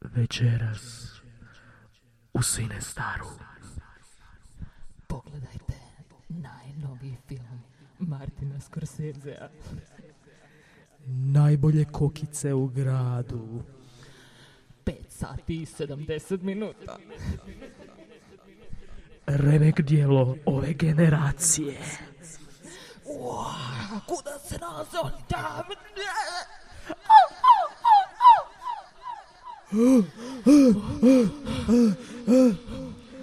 večeras u Sine Staru. Pogledajte najnoviji film Martina Scorsesea. Najbolje kokice u gradu. 5 sati i 70 minuta. Remek dijelo ove generacije. Uaa, kuda se nalaze oni tamo?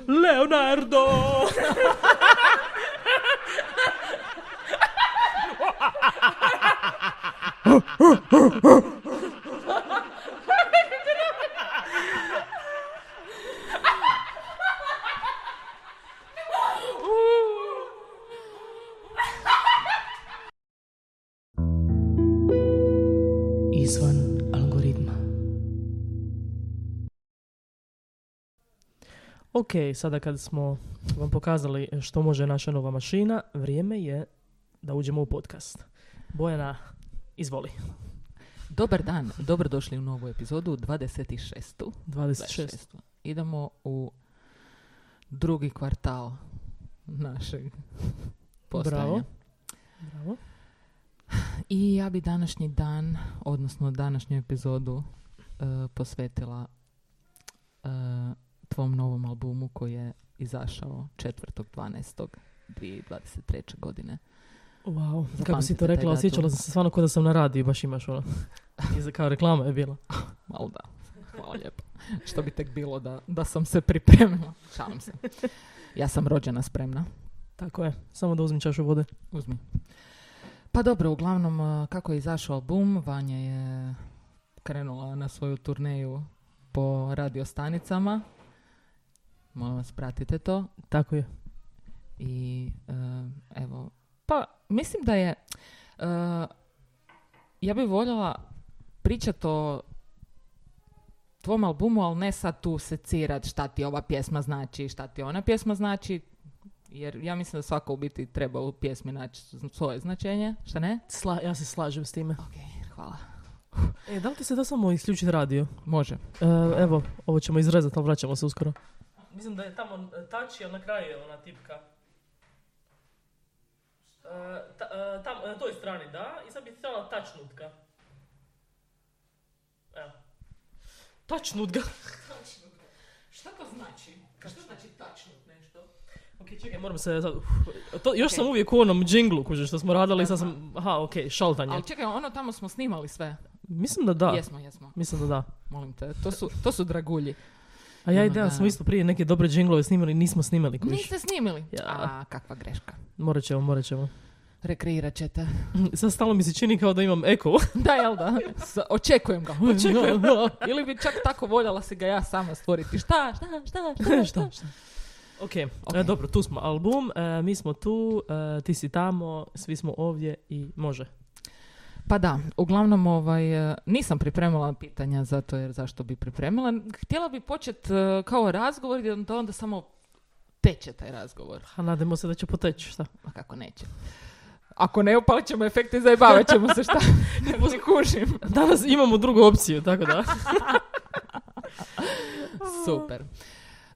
Leonardo! Izvan algoritma. Ok, sada kad smo vam pokazali što može naša nova mašina, vrijeme je da uđemo u podcast. Bojana, izvoli. Dobar dan, dobrodošli u novu epizodu 26. 26. Idemo u drugi kvartal našeg postojanja. Bravo. Bravo. I ja bi današnji dan, odnosno današnju epizodu e, posvetila e, tvom novom albumu koji je izašao 4.12.2023. godine. Wow, kako si Zapamtite to taj rekla, osjećala datum. sam se stvarno kao da sam na radiju, baš imaš ono. Iza- Kao reklama je bila. Malo da. Hvala lijepo. Što bi tek bilo da, da sam se pripremila. Šalim se. Ja sam rođena spremna. Tako je, samo da uzmem čašu vode. Uzmi. Pa dobro, uglavnom, a, kako je izašao album, Vanja je krenula na svoju turneju po radiostanicama. Molim vas, pratite to. Tako je. I e, evo, pa mislim da je, e, ja bi voljela pričat o tvom albumu, ali ne sad tu secirat šta ti ova pjesma znači, šta ti ona pjesma znači, jer ja mislim da svako u biti treba u pjesmi naći svoje značenje, šta ne? Sla- ja se slažem s time. Ok, hvala. E, da li ti se da samo isključiti radio? Može. E, evo, ovo ćemo izrezati, ali vraćamo se uskoro. Mislim da je tamo e, tači, ali na kraju je ona tipka. E, tam, na toj strani, da, i sad bi trebala tač nutka. Evo. Tač nutka. Šta to znači? Šta znači tačno nešto? Ok, čekaj, moram se sad, uf, to, još sam uvijek u onom džinglu, kuže, što smo radili, i sad sam, aha, ok, šaltanje. Ali čekaj, ono tamo smo snimali sve. Mislim da da, Jesmo, jesmo. mislim da da. Molim te, to su, to su dragulji. A ja Ono, i Dejan da. smo isto prije neke dobre džinglove snimali, nismo snimali, kužiš. Niste snimili? Ja. A, kakva greška. Morat ćemo, morat ćemo. Rekreirat ćete. Sad stalno mi se čini kao da imam eko. Da, jel da? S- očekujem ga. Očekujem. Ili bi čak tako voljela se ga ja sama stvoriti. Šta, šta, šta, šta, E, šta, šta? Ok, e, Ok. dobro, tu smo album, e, mi smo tu, e, ti si tamo, svi smo ovdje i može. Pa da, uglavnom ovaj, e, nisam pripremila pitanja zato jer zašto bi pripremila. Htjela bi početi kao razgovor jer da onda samo teče taj razgovor. A nadamo se da će poteći, šta? Ma kako neće. Ako ne, upalit ćemo efekte i zajebavat ćemo se šta. ne kužim. Danas imamo drugu opciju, tako da. Super.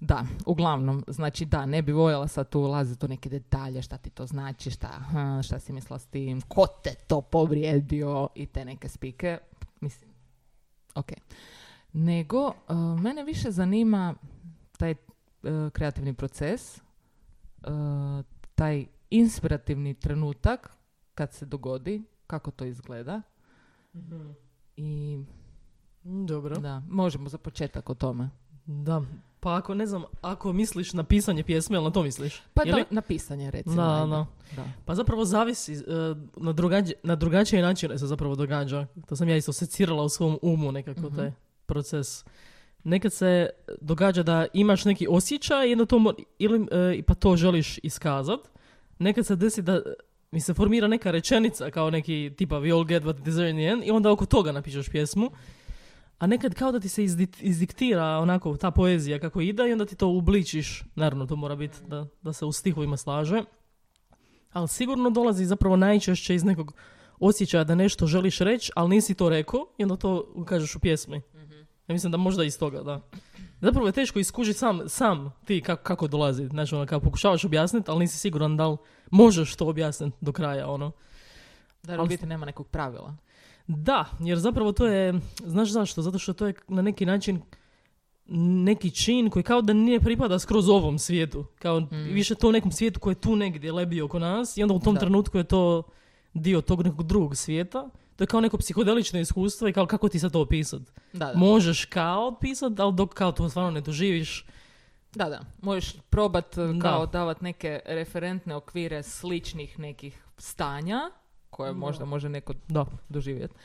Da, uglavnom, znači da, ne bi voljela sad tu ulaziti u neke detalje, šta ti to znači, šta, hm, šta si mislila s tim, ko te to povrijedio i te neke spike. Mislim, ok. Nego, eh, mene više zanima taj eh, kreativni proces, eh, taj inspirativni trenutak kad se dogodi, kako to izgleda i Dobro. da, možemo za početak o tome. Da. Pa ako, ne znam, ako misliš na pisanje pjesme, jel na to misliš? Pa Ili? da, na pisanje recimo. Da, ajde. da. da. Pa zapravo zavisi, e, na, drugađi, na drugačije načine se zapravo događa. To sam ja isto secirala u svom umu nekako Mhm. taj proces. Nekad se događa da imaš neki osjećaj i onda to mo- ili, e, pa to želiš iskazat. Nekad se desi da e, mi se formira neka rečenica kao neki tipa we all get what we deserve in the end i onda oko toga napišeš pjesmu. A nekad kao da ti se izdi- izdiktira onako ta poezija kako ide i onda ti to ubličiš. Naravno to mora biti da, da se u stihovima slaže ali sigurno dolazi zapravo najčešće iz nekog osjećaja da nešto želiš reći, ali nisi to rekao i onda to kažeš u pjesmi. Ja mislim da možda iz toga, da. Zapravo je teško iskužiti sam, sam ti kako, kako dolazi. Znači, ono, kako pokušavaš objasniti, ali nisi siguran da li možeš to objasniti do kraja, ono. Da, jer u Ali- biti nema nekog pravila. Da, jer zapravo to je, znaš zašto? Zato što to je na neki način neki čin koji kao da nije pripada skroz ovom svijetu. Kao Mm. više to u nekom svijetu koji je tu negdje lebio oko nas i onda u tom Da. trenutku je to dio tog nekog drugog svijeta. To je kao neko psihodelično iskustvo i kao kako ti sad to opisat? Da, da. Možeš kao opisat, ali dok kao to stvarno ne doživiš, Da, da. Možeš probat e, Da. kao davat neke referentne okvire sličnih nekih stanja koje možda može neko da. doživjeti.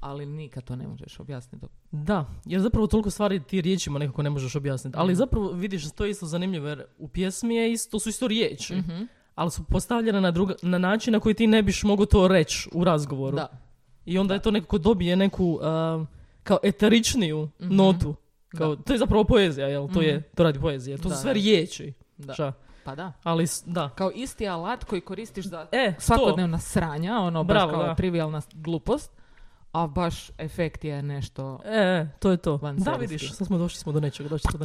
Ali nikad to ne možeš objasniti. dok- Da, jer zapravo toliko stvari ti riječima nekako ne možeš objasniti. Ali zapravo vidiš, to je isto zanimljivo jer u pjesmi je isto, su isto riječi. Mhm. Ali su postavljene na, druga, na način na koji ti ne biš mogao to reći u razgovoru. Da, I onda je to nekako dobije neku a, kao eteričniju Mhm. notu. Kao, to je zapravo poezija, jel? To, je, to radi poezija. To Da, su sve da. riječi. da. Šta? Pa da. Ali, s- da. Kao isti alat koji koristiš za E, to. svakodnevna sranja, ono Bravo, baš kao da. trivialna glupost, a baš efekt je nešto... E, E, to je to. Van Da, serijski. vidiš, sad smo došli smo do nečega. Došli smo do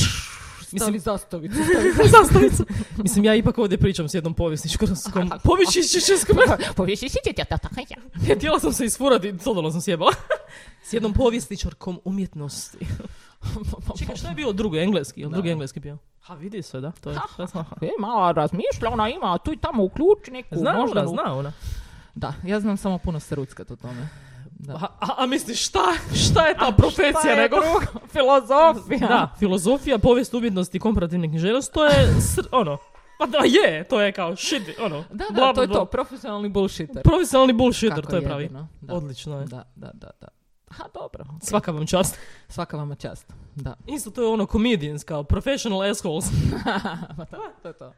Mislim, Mislim- zastavicu. Zastavica. Mislim, ja ipak ovdje pričam s jednom povjesničkom. Povjesničkom. Htjela sam se isfurati i dodala sam sjebala. S jednom povjesničarkom umjetnosti. Čekaj, šta je bio drugo engleski? Jel Da. drugi engleski bio? Ha, vidi sve, da. To je, to je zna. E, malo razmišlja, ona ima tu i tamo uključi neku. Pa Zna možda ona, mu- zna ona. Da, ja znam samo puno srutska o tome. Da. A, a, a misliš, šta, šta je ta Pa profesija nego? filozofija. Da, filozofija, povijest umjetnosti i komparativne književnosti, to je, sr- ono, pa da je, to je kao shit, ono. Da, da, bla, to je bla, to, bla. profesionalni bullshitter. Profesionalni bullshitter, Kako to je pravi. jedino, Da. Odlično je. Da, da, da, da. Ha, dobro. Svaka vam čast. Svaka vama čast. Da. Isto to je ono comedians kao professional assholes. Pa to, to je to.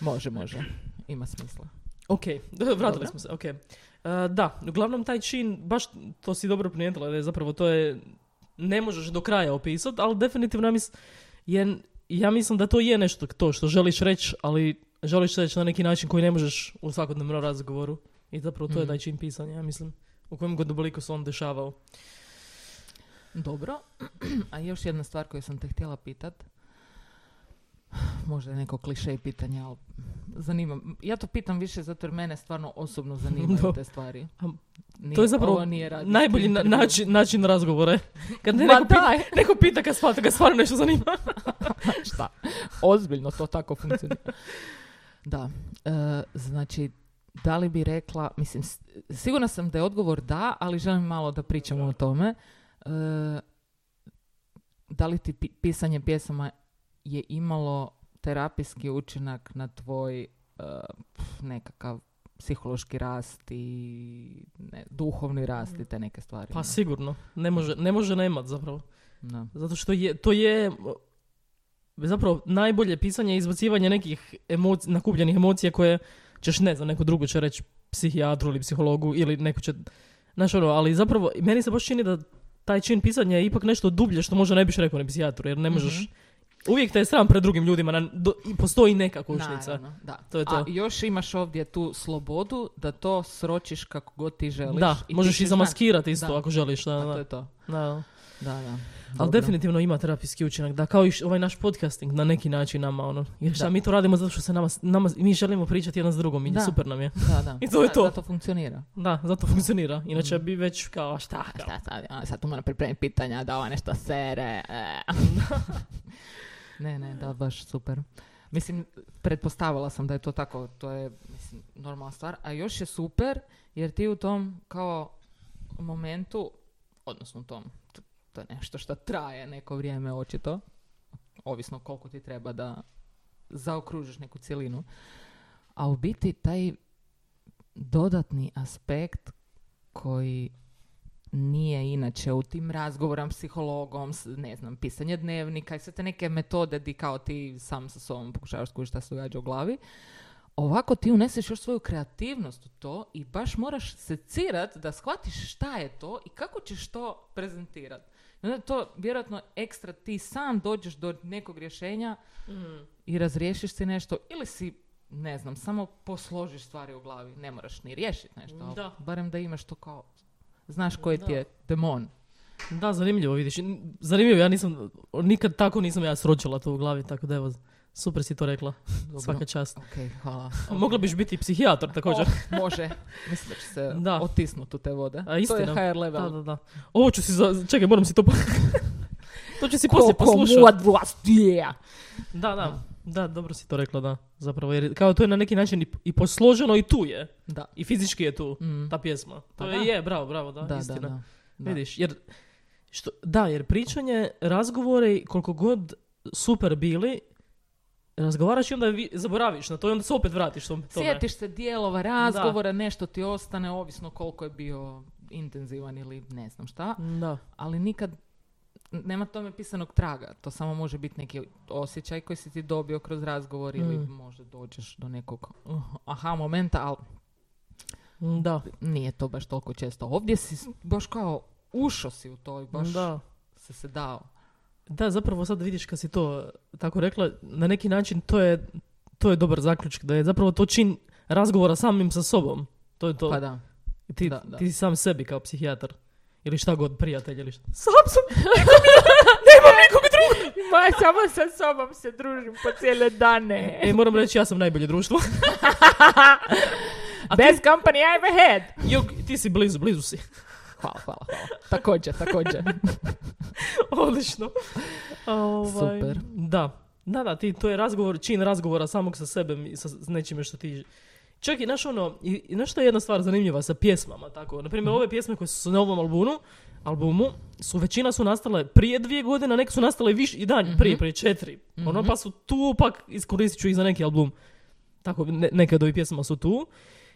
Može, može. Ima smisla. ok, vratili Dobro. smo se, ok. E, da, uglavnom taj čin, baš to si dobro primijetila, da je zapravo to je, ne možeš do kraja opisati, ali definitivno ja, mis, je, ja mislim da to je nešto to što želiš reći, ali želiš reći na neki način koji ne možeš u svakodnevnom razgovoru. I zapravo Mhm. to je taj čin pisanja, ja mislim, u kojem god obliku se on dešavao. Dobro. A još jedna stvar koju sam te htjela pitat. Možda je neko kliše i pitanje, ali zanima. Ja to pitam više zato jer mene stvarno osobno zanimaju Do. te stvari. Am, Nije, to je zapravo ovo nije radijski Najbolji na- intervju. način, način razgovora je kad te Ma neko, pita, daj. neko pita kad shvati, kad stvarno nešto zanima. Šta? Ozbiljno to tako funkcionira. Da. E, znači, da li bi rekla, mislim, s- sigurna sam da je odgovor da, ali želim malo da pričamo o tome. E, da li ti pi- pisanje pjesama je imalo terapijski učinak na tvoj e, pf, nekakav psihološki rast i ne, duhovni rast i te neke stvari? Pa ne? sigurno, ne može, ne može nemat zapravo. Da. Zato što je, to je m, zapravo najbolje pisanje je izbacivanje nekih emoci, nakupljenih emocija koje ćeš, ne znam, neko drugo će reći psihijatru ili psihologu ili neko će, znaš ono, ali zapravo meni se baš čini da taj čin pisanja je ipak nešto dublje što možda ne biš rekao ni psihijatru, Mhm. jer ne možeš, uvijek te je sram pred drugim ljudima, na, do- i postoji neka košnica. Naravno, da. To je to. A još imaš ovdje tu slobodu da to sročiš kako god ti želiš. Da, ti možeš ćeš i zamaskirati isto Da. ako želiš. Da, znati. A da, to je to. da. ono. Da, da. Ali Dobro. definitivno ima terapijski učinak, da kao i š- ovaj naš podcasting na neki način nama ono. Jer šta Da. mi to radimo zato što se nama, nama mi želimo pričati jedan s drugom i Da. super nam je. Da, da. I to je Da, to. Da, to funkcionira. Da, zato funkcionira. Inače bi već kao a šta. A šta sad, a sad tu moram pripremiti pitanja da ova nešto sere. e. ne, ne, da, baš super. Mislim, pretpostavila sam da je to tako, to je mislim, normalna stvar. A još je super jer ti u tom kao momentu, odnosno u tom, to- to je nešto što traje neko vrijeme očito, ovisno koliko ti treba da zaokružiš neku cjelinu. A u biti taj dodatni aspekt koji nije inače u tim razgovorom psihologom, s- ne znam, pisanje dnevnika i sve te neke metode di kao ti sam sa sobom pokušavaš skužiti šta se događa u glavi. Ovako ti uneseš još svoju kreativnost u to i baš moraš secirat da shvatiš šta je to i kako ćeš to prezentirat. I onda je to vjerojatno ekstra ti sam dođeš do nekog rješenja Mm. i razriješiš si nešto ili si ne znam, samo posložiš stvari u glavi, ne moraš ni riješiti nešto, ali Da. barem da imaš to kao znaš koji ti je Da. demon. Da, zanimljivo vidiš. Zanimljivo, ja nisam, nikad tako nisam ja sročila to u glavi, tako da evo, super si to rekla. Dobro. Svaka čast. Ok, hvala. Mogla biš biti i psihijator također. Oh, može. Mislim da će se Da. otisnuti u te vode. A, istina. To je HR level. Da, da, da. Ovo ću si, za... čekaj, moram si to... po- to ću si poslije Koliko poslušati. god vas je. Da, da. Da, dobro si to rekla, da. Zapravo, jer kao to je na neki način i, i posloženo i tu je. Da. I fizički je tu, Mm. ta pjesma. Pa To da. je, je, bravo, bravo, da, Da, da, istina. da. Da. Vidiš, jer, što, da, jer pričanje, razgovore, koliko god super bili, razgovaraš i onda vi, zaboraviš na to i onda se opet vratiš tom, tome. Sjetiš se dijelova razgovora, nešto ti ostane, ovisno koliko je bio intenzivan ili ne znam šta. Da. ali nikad nema tome pisanog traga. To samo može biti neki osjećaj koji si ti dobio kroz razgovor ili Mm. možda dođeš do nekog uh, aha momenta, ali Da. nije to baš toliko često. Ovdje si s- baš kao ušao si u to i baš Da. se se dao. Da, zapravo sad vidiš kad si to tako rekla, na neki način to je, to je dobar zaključak, da je zapravo to čin razgovora samim sa sobom. To je to. Pa da. Ti, Da, da. ti si sam sebi kao psihijatar. Ili šta god, prijatelj ili šta. Ma, samo sa sobom se družim po cijele dane. E, moram reći, ja sam najbolje društvo. Best company I ever had. Jok, ti si blizu, blizu si. Hvala, hvala, hvala. Također, također. Odlično. A, Ovaj, Super. Da. Da, da, ti, to je razgovor, čin razgovora samog sa sebem i sa s nečime što ti... Čak i, znaš ono, i, i znaš što je jedna stvar zanimljiva sa pjesmama, tako? Naprimjer, ove pjesme koje su na ovom albumu, albumu, su većina su nastale prije dvije godine, a neke su nastale više i dan prije, prije četiri. Ono, pa su tu, pak iskoristit ću ih za neki album. Tako, ne, neke od ovih pjesma su tu.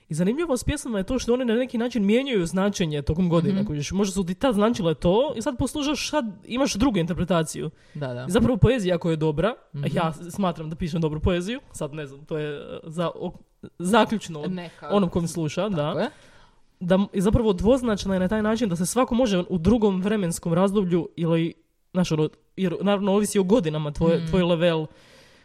I zanimljivo s pjesmama je to što one na neki način mijenjaju značenje tokom godine. Mhm. kužiš. Možda su ti tad značile to i sad poslušaš, sad imaš drugu interpretaciju. Da, Mhm. da. I zapravo poezija koja je dobra, a ja s- smatram da pišem dobru poeziju, sad ne znam, to je e, za, ok- zaključno od Neka- onom kom sluša, Tako da. je. da m- i zapravo dvoznačna je na taj način da se svako može u drugom vremenskom razdoblju ili, znaš, ono, jer naravno ovisi o godinama tvoj, Mhm. tvoj level,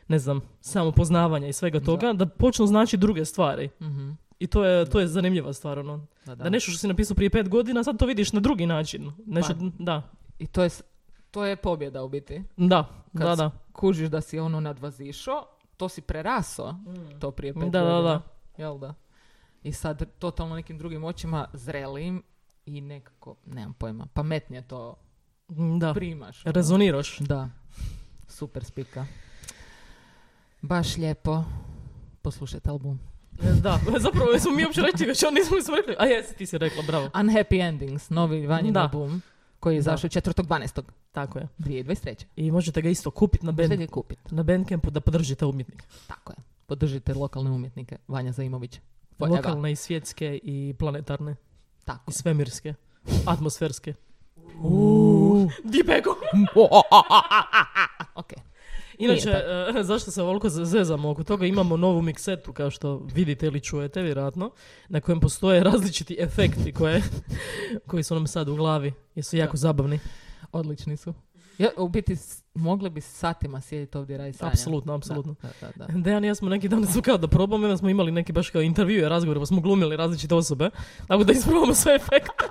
ne znam, samopoznavanja i svega toga, da, počnu znači druge stvari. Mhm. I to je, to je zanimljiva stvar, ono. Da, da. Da nešto što si napisao prije pet godina, sad to vidiš na drugi način. Nešto, da, I to je, s- to je pobjeda u biti. da, Kad da, da. Kužiš da si ono nadvazišo, to si preraso, to prije pet Da, da, godina. da. Jel da? I sad totalno nekim drugim očima zrelim i nekako, nemam pojma, pametnije to Mm, Da, primaš. ono. rezoniraš. Da. Super spika. Baš lijepo. Poslušajte album. Da, zapravo smo mi uopće reći, već on nismo, nismo rekli. A jesi, ti si rekla, bravo. Unhappy Endings, novi vanjin Da. album koji je Da. izašao 4.12.2023. Tako je. I možete ga isto kupiti na, Možete ga band, i kupiti. na Bandcampu da podržite umjetnika. Tako je. Podržite lokalne umjetnike. Vanja Zaimović. Forever. Lokalne i svjetske i planetarne. Tako. I svemirske. Atmosferske. Ok. Inače, Nije e, zašto se ovoliko zezamo oko toga, imamo novu miksetu, kao što vidite ili čujete, vjerojatno, na kojem postoje različiti efekti koje, koji su nam sad u glavi, jer su jako zabavni. Odlični su. Ja, u biti, s- mogli bi satima sjediti ovdje i raditi sranja. Apsolutno, apsolutno. Da, da, da. Dejan i ja smo neki dan su kao da probamo, onda smo imali neki baš kao intervjue, razgovore, pa smo glumili različite osobe, tako da isprobamo sve efekte.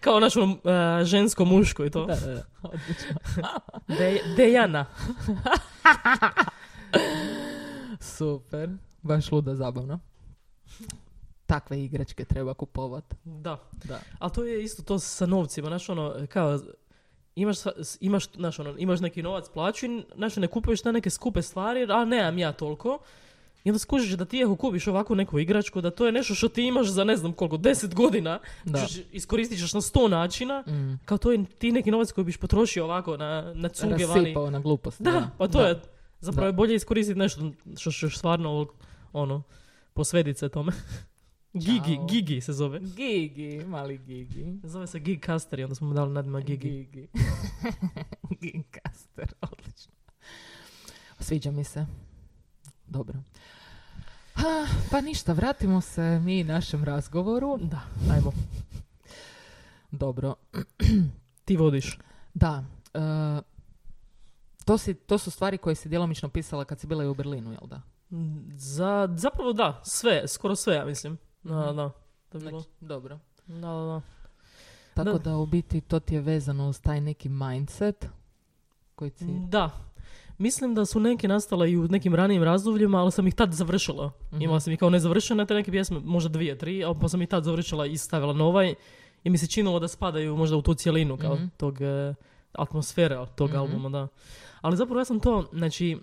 kao naš ono, e, žensko, muško i to. Da, da, da. Odlično. De- Dejana. Super. Baš luda zabavno. Takve igračke treba kupovat. Da. Da. Ali to je isto to sa novcima, znaš ono, kao, imaš, sa- s- imaš, znaš, ono, imaš neki novac, plaću i znaš, ne kupuješ te neke skupe stvari, jer, a nemam ja toliko. I onda skužiš da ti ako kupiš ovakvu neku igračku, da to je nešto što ti imaš za ne znam koliko, 10 godina, Da. Mm. Ćeš- iskoristit ćeš na 100 načina, kao to je ti neki novac koji biš potrošio ovako na, na cuge vani. Rasipao na glupost. Da, pa to da. je, zapravo Da. je bolje iskoristiti nešto što ćeš stvarno, ono, posvedit se tome. Gigi, Ćao. Gigi se zove. Gigi, mali Gigi. Zove se Gig Caster i onda smo mu dali nadima Pa Gigi. Gigi. Ginkaster, odlično. Sviđa mi se. Dobro. Ha, pa ništa, vratimo se mi našem razgovoru. Da, ajmo. Dobro, Ti vodiš. da. e, to, si, to su stvari koje si djelomično pisala kad si bila i u Berlinu, jel da? Za, zapravo da, sve, skoro sve, ja mislim. Mhm. Da, da, da. Da, je bilo. Znači, dobro. da, da, da. Tako Da. da u biti to ti je vezano uz taj neki mindset koji ti... Da. Mislim da su neke nastala i u nekim ranijim razdobljima, ali sam ih tad završila. Imala sam ih kao nezavršene, te neke pjesme, možda dvije, tri, ali pa sam ih tad završila i stavila na ovaj. I mi se činilo da spadaju možda u tu cjelinu kao Mhm. tog e, atmosfere tog Mhm. albuma, da. Ali zapravo ja sam to, znači,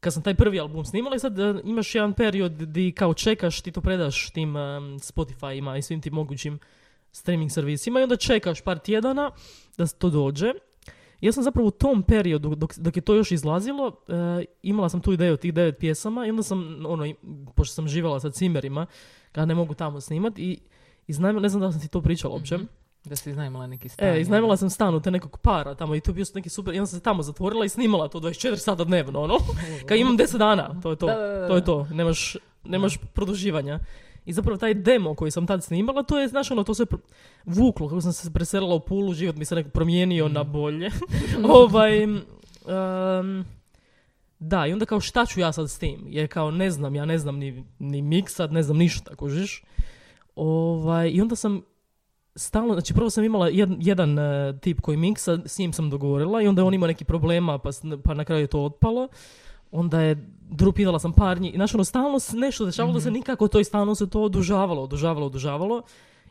kad sam taj prvi album snimala i sad e, imaš jedan period di kao čekaš, ti to predaš tim e, Spotify-ima i svim tim mogućim streaming servisima i onda čekaš par tjedana da to dođe. Ja sam zapravo u tom periodu, dok, dok je to još izlazilo, e, imala sam tu ideju tih devet pjesama i onda sam, ono, i- pošto sam živjela sa cimerima, kada ne mogu tamo snimat i iznajmila, ne znam da li sam ti to pričala uopće, Mhm. Da si iznajmila neki stan. e, jel? iznajmila sam stan od te nekog para tamo i to je bio neki super, i onda sam se tamo zatvorila i snimala to 24 sata dnevno, ono, kad imam 10 dana, to je to, Da, da, da, to je da. to, nemaš, nemaš produživanja. I zapravo taj demo koji sam tad snimala, to je, znaš, ono, to se pr- vuklo, kako sam se preselila u Pulu, život mi se nekako promijenio Mm. na bolje. ovaj, um, da, i onda kao šta ću ja sad s tim? Jer kao ne znam, ja ne znam ni, ni miksat, ne znam ništa, kužiš. Ovaj, I onda sam stalno, znači prvo sam imala jed- jedan e, tip koji miksa, s njim sam dogovorila i onda je on imao neki problema pa, s- pa na kraju je to otpalo. Onda je dru pitala sam par njih. I Znaš, ono, stalno se nešto dešavalo Mhm. da se nikako to i stalno se to odužavalo, odužavalo, odužavalo.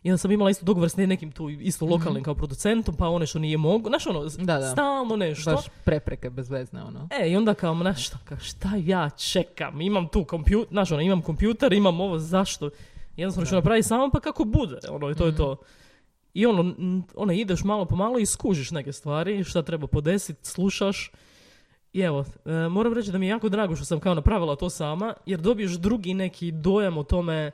I onda sam imala isto dogovor s nekim tu isto lokalnim kao producentom, pa one što nije mogu. Znaš, ono, s- Mhm. Da, da. stalno nešto. Baš prepreke bezvezne, ono. E, i onda kao, znaš šta, kao, šta ja čekam, imam tu kompjuter, znaš, ono, imam kompjuter, imam ovo, zašto? Jednostavno ću napraviti samo pa kako bude, ono, i to je to. I ono, n- ono, ideš malo po malo i skužiš neke stvari, šta treba podesit, slušaš. I evo, e, moram reći da mi je jako drago što sam kao napravila to sama, jer dobiješ drugi neki dojam o tome,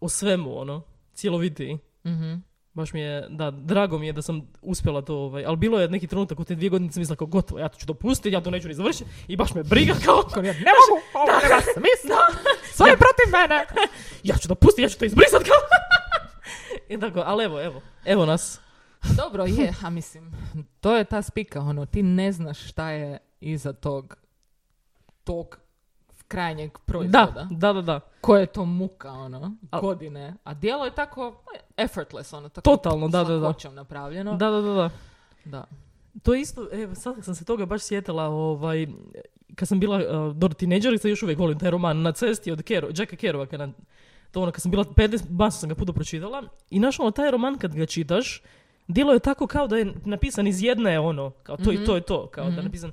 o svemu, ono, cjelovitiji. Mhm. Baš mi je, da, drago mi je da sam uspjela to, ovaj, ali bilo je neki trenutak u te dvije godine sam mislila kao gotovo, ja to ću dopustiti, ja to neću ni završiti i baš me briga kao, kao ja, Ne mogu, ovo nema smisla. Sve je protiv mene. ja ću dopustiti, ja ću to izbrisati kao. I tako, ali evo, evo, evo nas. Dobro, je, a mislim, to je ta spika, ono, ti ne znaš šta je iza tog, tog krajnjeg proizvoda. Da, da, da, da, Koja je to muka, ono, Al- godine. A djelo je tako effortless, ono, tako Totalno, da, da, da. slakoćom napravljeno. da, da, da, da. da. To je isto, evo, sad sam se toga baš sjetila, ovaj, kad sam bila uh, dobro tineđerica, još uvijek volim taj roman Na cesti od Kero, Jacka Kerouaka, na, to ono, kad sam bila 15, baš sam ga puta pročitala, i znaš ono, taj roman kad ga čitaš, djelo je tako kao da je napisan iz jedne, ono, kao Mhm. to i to je to, kao da je napisan,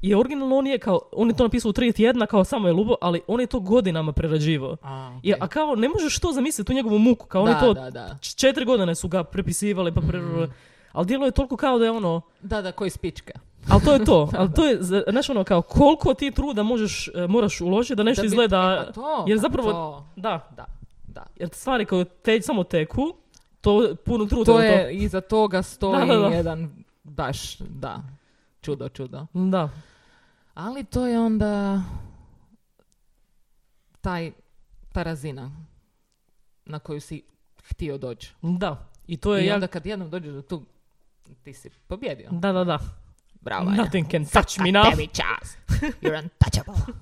je originalno on je kao, on je to napisao u tri tjedna, kao samo je lubo, ali on je to godinama prerađivao. A, I, okej. a kao, ne možeš to zamisliti, tu njegovu muku, kao on je Da, to, da, Mhm. da. č- četiri godine su ga prepisivali, pa pre... Ali djelo je toliko kao da je ono, Da, da, koji spička. ali to je to. Ali to je, za- znaš ono, kao koliko ti truda možeš, e, moraš uložiti da nešto Da bi- izgleda... e, pa to, jer pa zapravo, to, da, da, da. jer stvari koje te, samo teku, to je puno truda. To u je, iza toga stoji Da, da, da. jedan, baš, da, čudo, čudo. Da, Ali to je onda taj, ta razina na koju si htio doći. da. I to je... I ja- onda kad jednom dođeš do tu, ti si pobjedio. Da, da, da. Bravo, Nothing can touch me now. Tebi čas. You're untouchable.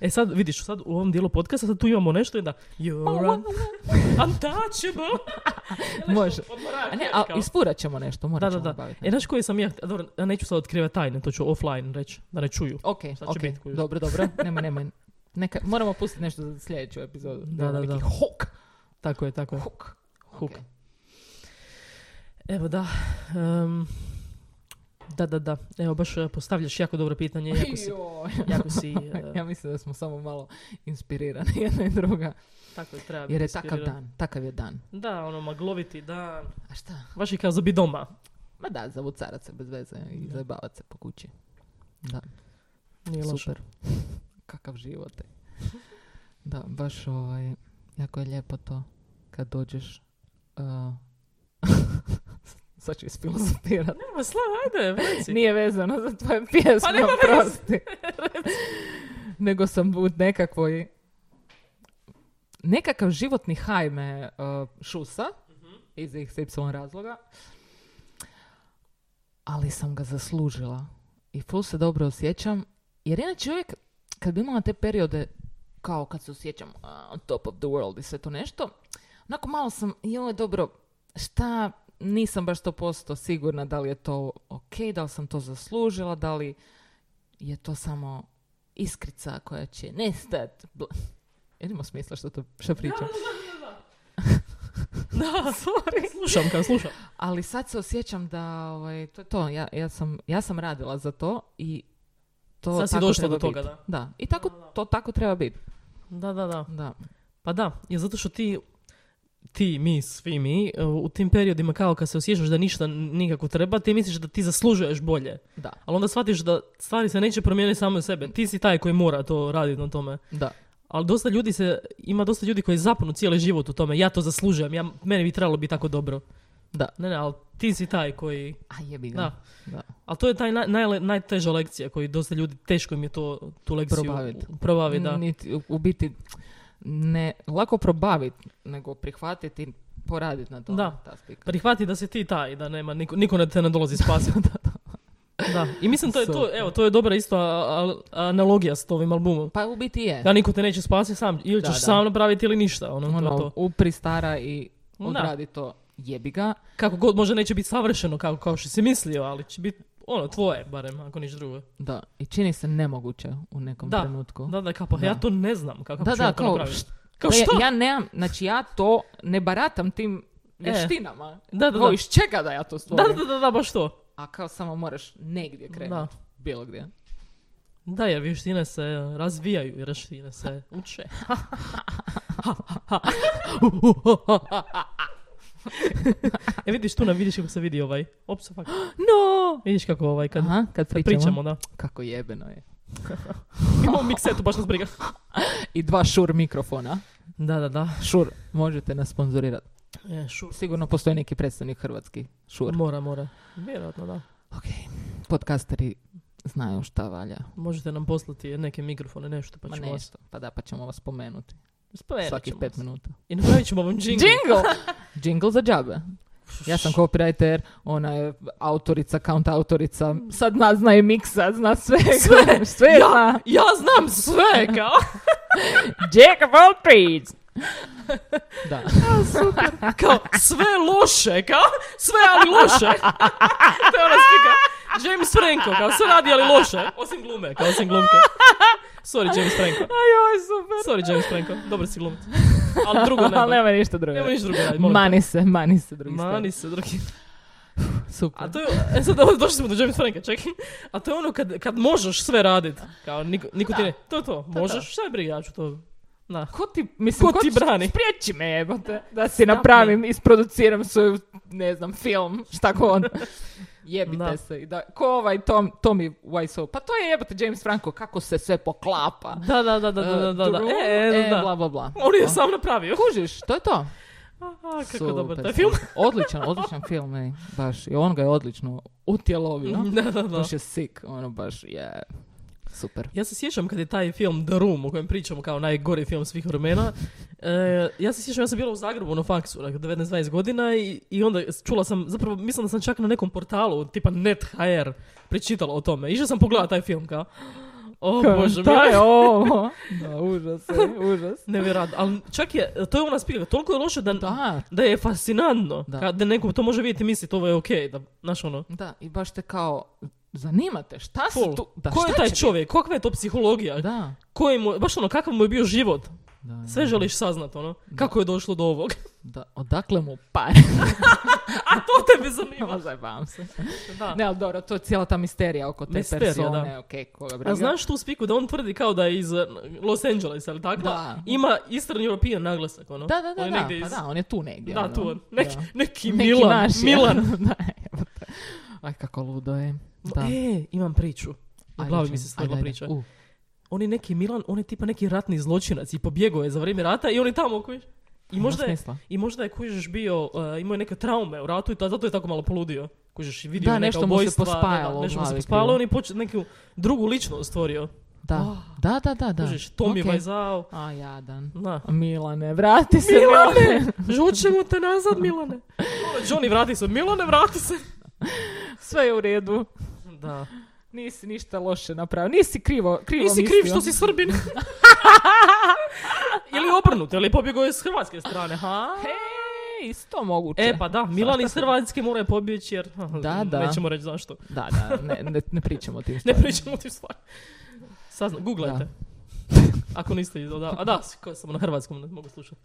E sad, vidiš, sad u ovom dijelu podcasta sad tu imamo nešto i da... You're un- untouchable. Može. Odmoraj, A ne, a kao. isfurat ćemo nešto, Da, morat da, ćemo da. nabaviti E, znaš koji sam ja... a Dobro, ja neću sad otkrivat tajne, to ću offline reći, da ne čuju. Ok, Šta će ok, bit, kužiš? dobro, dobro, nemoj, nemoj. Neka, moramo pustiti nešto za sljedeću epizodu. Da, da, Neki da. Hok, Tako je, tako je. hok. Huk. Ok. Evo da. em, da, da, da. Evo, baš e, postavljaš jako dobro pitanje. Jako si, Joj. jako si Ja e, mislim da smo samo malo inspirirani jedna i druga. tako je, treba biti Jer je takav inspiriran. dan, takav je dan. Da, ono, magloviti dan. A šta? Baš je kao za bidoma. Ma da, zavucarat se bez veze i zabavat se po kući. Da, Nije loše. super. Kakav život je. Da, baš ovaj, jako je lijepo to kad dođeš uh, sad ću isfilozofirat. Nema slava, ajde, reci. Nije vezano za tvoje pjesme, Pa nema veze. oprosti. Nego sam u nekakvoj... Nekakav životni hajme uh, šusa Mhm. iz XY razloga. Ali sam ga zaslužila. I ful se dobro osjećam. Jer inače uvijek kad bi imala te periode kao kad se osjećam uh, on top of the world i sve to nešto, onako malo sam, joj dobro, šta nisam baš 100% sigurna da li je to ok, da li sam to zaslužila, da li je to samo iskrica koja će nestat. Bl- Jedimo smisla što to što pričam. Da, sorry. Slušam kao slušam. Ali sad se osjećam da ovaj, to je to, ja, ja, sam, ja sam radila za to i to Sad si tako došla do treba toga, bit. da. Da, i tako, to tako treba biti. Da, da, da. Da. Pa da, je zato što ti, ti, mi, svi mi, e, u tim periodima kao kad se osjećaš da ništa nikako treba, ti misliš da ti zaslužuješ bolje. Da, Ali onda shvatiš da stvari se neće promijeniti samo sebe. Ti si taj koji mora to raditi na tome. da. Ali dosta ljudi se, ima dosta ljudi koji zapnu cijeli život u tome. Ja to zaslužujem, ja, meni bi trebalo biti tako dobro. Da. Ne, ne, ali ti si taj koji... A jebi ga. Da. Da. Ali to je taj naj, najle- najteža lekcija koju dosta ljudi, teško im je to, tu lekciju Probavit. probavi, da. Niti, u- u biti ne lako probaviti, nego prihvatiti i poraditi na tome. Da. Ta spika. Prihvati da si ti taj, da nema, niko, niko ne te ne dolazi spasiti. da. I mislim to je to, Super. evo, to je dobra isto a- a- analogija s ovim albumom. Pa u biti je. Da niko te neće spasiti sam, ili Da, ćeš da. sam napraviti ili ništa, ono, to je ono, to. upri stara i Da. odradi to jebi ga. Kako god, možda neće biti savršeno kao, kao što si mislio, ali će biti ono, tvoje, barem, ako ništa drugo. Da. I čini se nemoguće u nekom Da. trenutku. Da, da, kao, pa Da. ja to ne znam kako Da, ću da, ja to kao, napraviti. št- Kao Da, ja- što? Ja, nemam, znači ja to ne baratam tim E. vještinama. Da, da, Kao, da. iz čega da ja to Da, stvorim? da, da, da, baš to. A kao samo moraš negdje krenuti. Bilo gdje. Da, jer vještine se razvijaju i vještine se uče. e vidiš tu nam, vidiš kako se vidi ovaj. Ops, fuck. No! Vidiš kako ovaj, kad Aha, kad pričamo. pričamo, da. Kako jebeno je. Imamo miksetu, baš nas briga. I dva šur mikrofona. Da, da, da. Šur, možete nas sponzorirati. E, šur. Sigurno postoji neki predstavnik hrvatski. Šur. Mora, mora. Vjerojatno, da. Ok. Podcasteri znaju šta valja. Možete nam poslati neke mikrofone, nešto, pa Ma ćemo vas... nešto. Pa da, pa ćemo vas spomenuti. Spomenut Svakih ćemo pet vas. minuta. I napravit ćemo vam jingle. Jingle! Jingle za džabe. Ja sam copywriter, ona je autorica, count autorica. Sad nas zna i miksa, zna sve. Sve, sve zna. Ja znam sve, kao. Jack of all trades. Da. kao sve loše, kao sve ali loše. to je ona slika. James Franco, kao sve radi ali loše. Osim glume, kao osim glumke. Sorry James Franco. Ajoj, super. Sorry James Franco, dobar si glumac. Ali drugo Ali nema. nema ništa drugo. Nema ništa drugo radi, molim. te. Mani se, mani se drugi Mani se, drugi. stvari. Super. A to je, e sad ovo, došli smo do James Franka, čekaj. A to je ono kad, kad možeš sve radit. Kao niko, niko ti ne, to je to, možeš, šta je briga, ja ću to. Da. Ko ti, mislim, Ko ti brani? Priječi me jebote da si napravim, isproduciram svoju, ne znam, film, šta ko on. Jebite Da. se. i Da, ko ovaj Tom, Tommy Wiseau. Pa to je jebote James Franco, kako se sve poklapa. Eh, Da, da, da, da, da, da, da. E, e, da. bla, bla, bla. On je sam napravio. Kužiš, to je to. Aha, kako Super dobar taj film. film. odličan, odličan film, ej. baš. I on ga je odlično utjelovio. Mhm, Da, da, da. Baš je sick, ono baš je super. Ja se sjećam kad je taj film The Room, o kojem pričamo kao najgori film svih vremena, e, ja se sjećam, ja sam bila u Zagrebu na faksu, onak, 19-20 godina i, i onda čula sam, zapravo mislim da sam čak na nekom portalu, tipa net.hr, pričitala o tome. Išla sam pogledati taj film, kao, o bože Da moj. je ovo. Da, užas, je, užas. Nevjerojatno, ali čak je, to je ona spika, toliko je loše da, da. Da, je fascinantno, Da. da. da neko to može vidjeti i misliti, ovo je okej, da, znaš ono. da, i baš te kao zanimate, šta si Full. tu? Da, Ko šta je taj će čovjek, kakva je to psihologija, biti? Da, koji mu, baš ono, kakav mu je bio život, da, sve želiš saznat, ono, kako je došlo do ovog. da. Odakle mu par? To tebe zanima. Zajebam se. Da. Ne, ali dobro, to je cijela ta misterija oko te Misterija, persone. da. okej, koga briga. A znaš tu spiku da on tvrdi kao da je iz eh, Los Angelesa, ali tako? Da. Ima Eastern European naglasak, ono. Da, da, da, On je da, negdje pa iz- da, on je tu negdje. Da, ono. tu on. Neki, Da. neki Neki Milan. naš je. Milan. da, jebote. Aj, kako ludo je. Da. E, imam priču. U Ajde, glavi mi čujem. se stvorila Ajde, ajde. priča. U, On je neki Milan, on je tipa neki ratni zločinac i pobjegao je za vrijeme rata i on je tamo, kužiš. I ima možda je, smisla. I možda je kužiš bio, eh, imao je neke traume u ratu i ta- zato je tako malo poludio. Kužiš, i vidio Da, je neka nešto mu se ubojstva, pospajalo da, u da, nešto mu se glavi, pospajalo, krivo. on je počeo neku drugu ličnost stvorio. Da. Ah. da, da, da, da. Kužiš, Tommy Okej. okay. Wiseau. A, jadan. Da. Milane, vrati se. Milane, žućemo te nazad, Milane. Ono, Johnny, vrati se. Milane, vrati se. Sve je u redu. Da. Nisi ništa loše napravio. Nisi krivo, krivo Nisi mislio. kriv što si Srbin. ili obrnuto, ili pobjegao je s hrvatske strane, ha? Hej, isto moguće. E pa da, Milan iz Hrvatske moraju pobjeći jer aha, Da, da. nećemo reći zašto. Da, da, ne, ne, ne pričamo o tim Ne stvarima. pričamo o tim stvarima. Sazna, googlajte. Ako niste iz- da, A da, s- ko- samo na hrvatskom ne mogu slušati.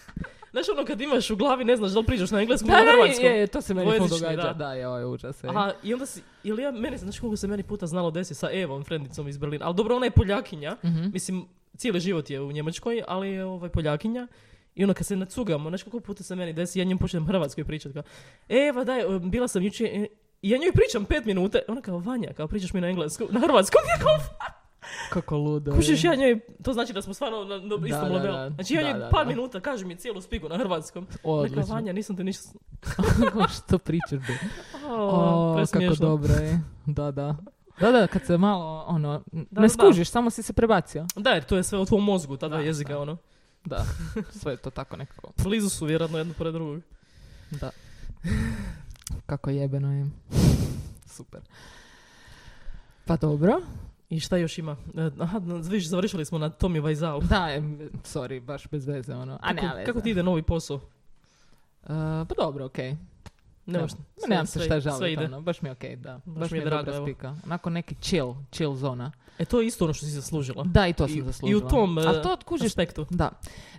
Znaš ono kad imaš u glavi ne znaš da li pričaš na engleskom Da, ili na da, hrvatskom. je, je, to se meni puno Dvojezični, događa. Da, da. da joj, užas. e. je. Aha, i onda si, ili ja, mene, znaš koliko se meni puta znalo desi sa Evom, frendicom iz Berlina, ali dobro, ona je Poljakinja, Mhm. mislim, cijeli život je u Njemačkoj, ali je ovaj, Poljakinja, i ono kad se nacugamo, znaš koliko puta se meni desi, ja njem počnem hrvatskoj pričat, kao, Eva, daj, e, bila sam jučer, e, i ja njoj pričam pet minuta, ona kao, Vanja, kao pričaš mi na engleskom, na hrvatskom, ja kao, Kako ludo. kušiš ja njoj, to znači da smo stvarno na, na Da, istom da, levelu. da. Znači ja Da, njoj da, par da. minuta kažem mi cijelu spigu na hrvatskom. Ona kao, Odlično. Vanja, nisam ti ništa... s- Što pričaš, bi? O, O, kako presmiješno. dobro je. Da, da. Da, da, kad se malo, ono, Da, ne da. skužiš, samo si se prebacio. Da, jer to je sve u tvom mozgu, ta dva Da, jezika, da. ono. Da, sve je to tako nekako. Blizu su vjerojatno jedno pored drugog. Da. Kako jebeno je. Super. Pa dobro. I šta još ima? E, Aha, na- viš, završili smo na Tommy Vajzau. Da, em, sorry, baš bez veze, ono. A ne, Kako, kako ti ide novi posao? pa dobro, okej. Nemaš, Evo, Ma sve- nemam se sve- šta sve žaliti, ide. ono, baš mi je okej, da. Baš Baš, mi mi je je drago, dobra evo. spika. Onako neki chill, chill zona. E, to je isto ono što si zaslužila. Da, i to I- i sam u zaslužila. tom, e, A to U kužiš, Respektu. da.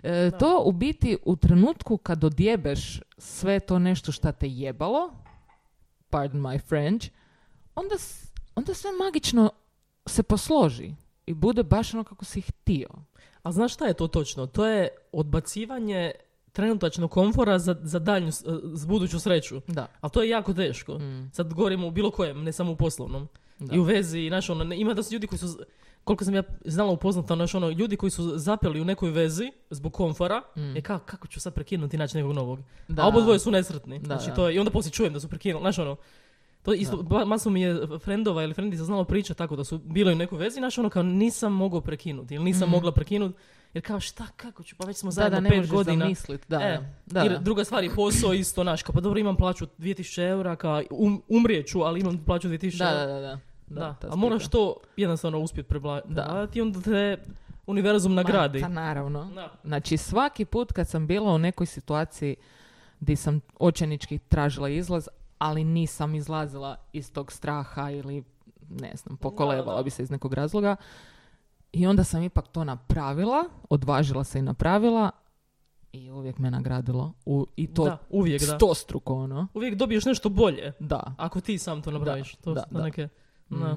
E, To u biti u trenutku kad odjebeš sve to nešto šta te jebalo, pardon my French, onda, s- onda sve magično se posloži i bude baš ono kako si htio. A znaš šta je to točno? To je odbacivanje trenutačnog komfora za, za daljnju, s- e, za buduću sreću. Da. Ali to je jako teško. Mm. Sad govorimo u bilo kojem, ne samo u poslovnom. Da. I u vezi, znaš, ono, ne- ima da su ljudi koji su, z- koliko sam ja znala upoznata, znaš, ono, ljudi koji su zapeli u nekoj vezi zbog komfora, je ka, kako ću sad prekinuti i naći nekog novog. Mm. Da. A obo dvoje su nesretni. Da, znači, da. to je, I onda poslije čujem da su prekinuli. Znaš ono, to isto, ba- masu mi je frendova ili frendica znalo priča tako da su bili u nekoj vezi, znaš ono kao nisam mogao prekinuti ili nisam mogla prekinuti. Jer kao šta, kako ću, pa već smo Mm. Da, da, zajedno ne pet možeš godina. zamislit, da, E, da. da, jer da. druga stvar je posao isto, naš, kao pa dobro imam plaću 2000 eura, kao um, umrijet ću, ali imam plaću 2000 Da, eura. da, da, da. Da, ta a spika. moraš to jednostavno uspjet prebla- Da. prevladati i onda te univerzum nagradi. Ma, pa naravno. Da. Znači svaki put kad sam bila u nekoj situaciji di sam očenički tražila izlaz, ali nisam izlazila iz tog straha ili ne znam, Da, pokolevala da. bi se iz nekog razloga. I onda sam ipak to napravila, odvažila se i napravila i uvijek me nagradilo. U, I to Da, uvijek da. stostruko ono. Uvijek dobiješ nešto bolje. Da. Ako ti sam to napraviš. to da, su da. neke... Mm. Da.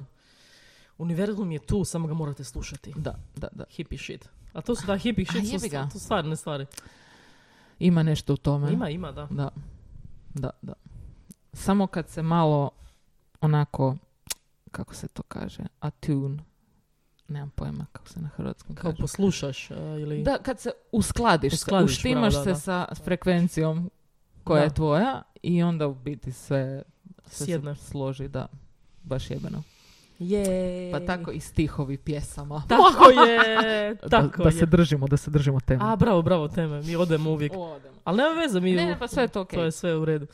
Univerzum je tu, samo ga morate slušati. Da, da, da. Hippie shit. A to su da hippie A, shit su jebi ga. sta- to stvarne stvari. Ima nešto u tome. Ima, ima, da. Da, da, da. Samo kad se malo onako, kako se to kaže, atune, nemam pojma kako se na hrvatskom Kao kaže. poslušaš e, ili... Da, kad se uskladiš, se, Uskladiš, uštimaš bravo, da, se da. sa frekvencijom koja Da. je tvoja i onda u biti sve, sve Sjedne. se složi, da, baš jebeno. Je. Pa tako i stihovi pjesama. Tako je, tako da, da je. se držimo, da se držimo teme. A, bravo, bravo, teme. Mi odemo uvijek. Odemo. Ali nema veze, mi... Ne, ne, pa sve je to okej. To je sve u redu.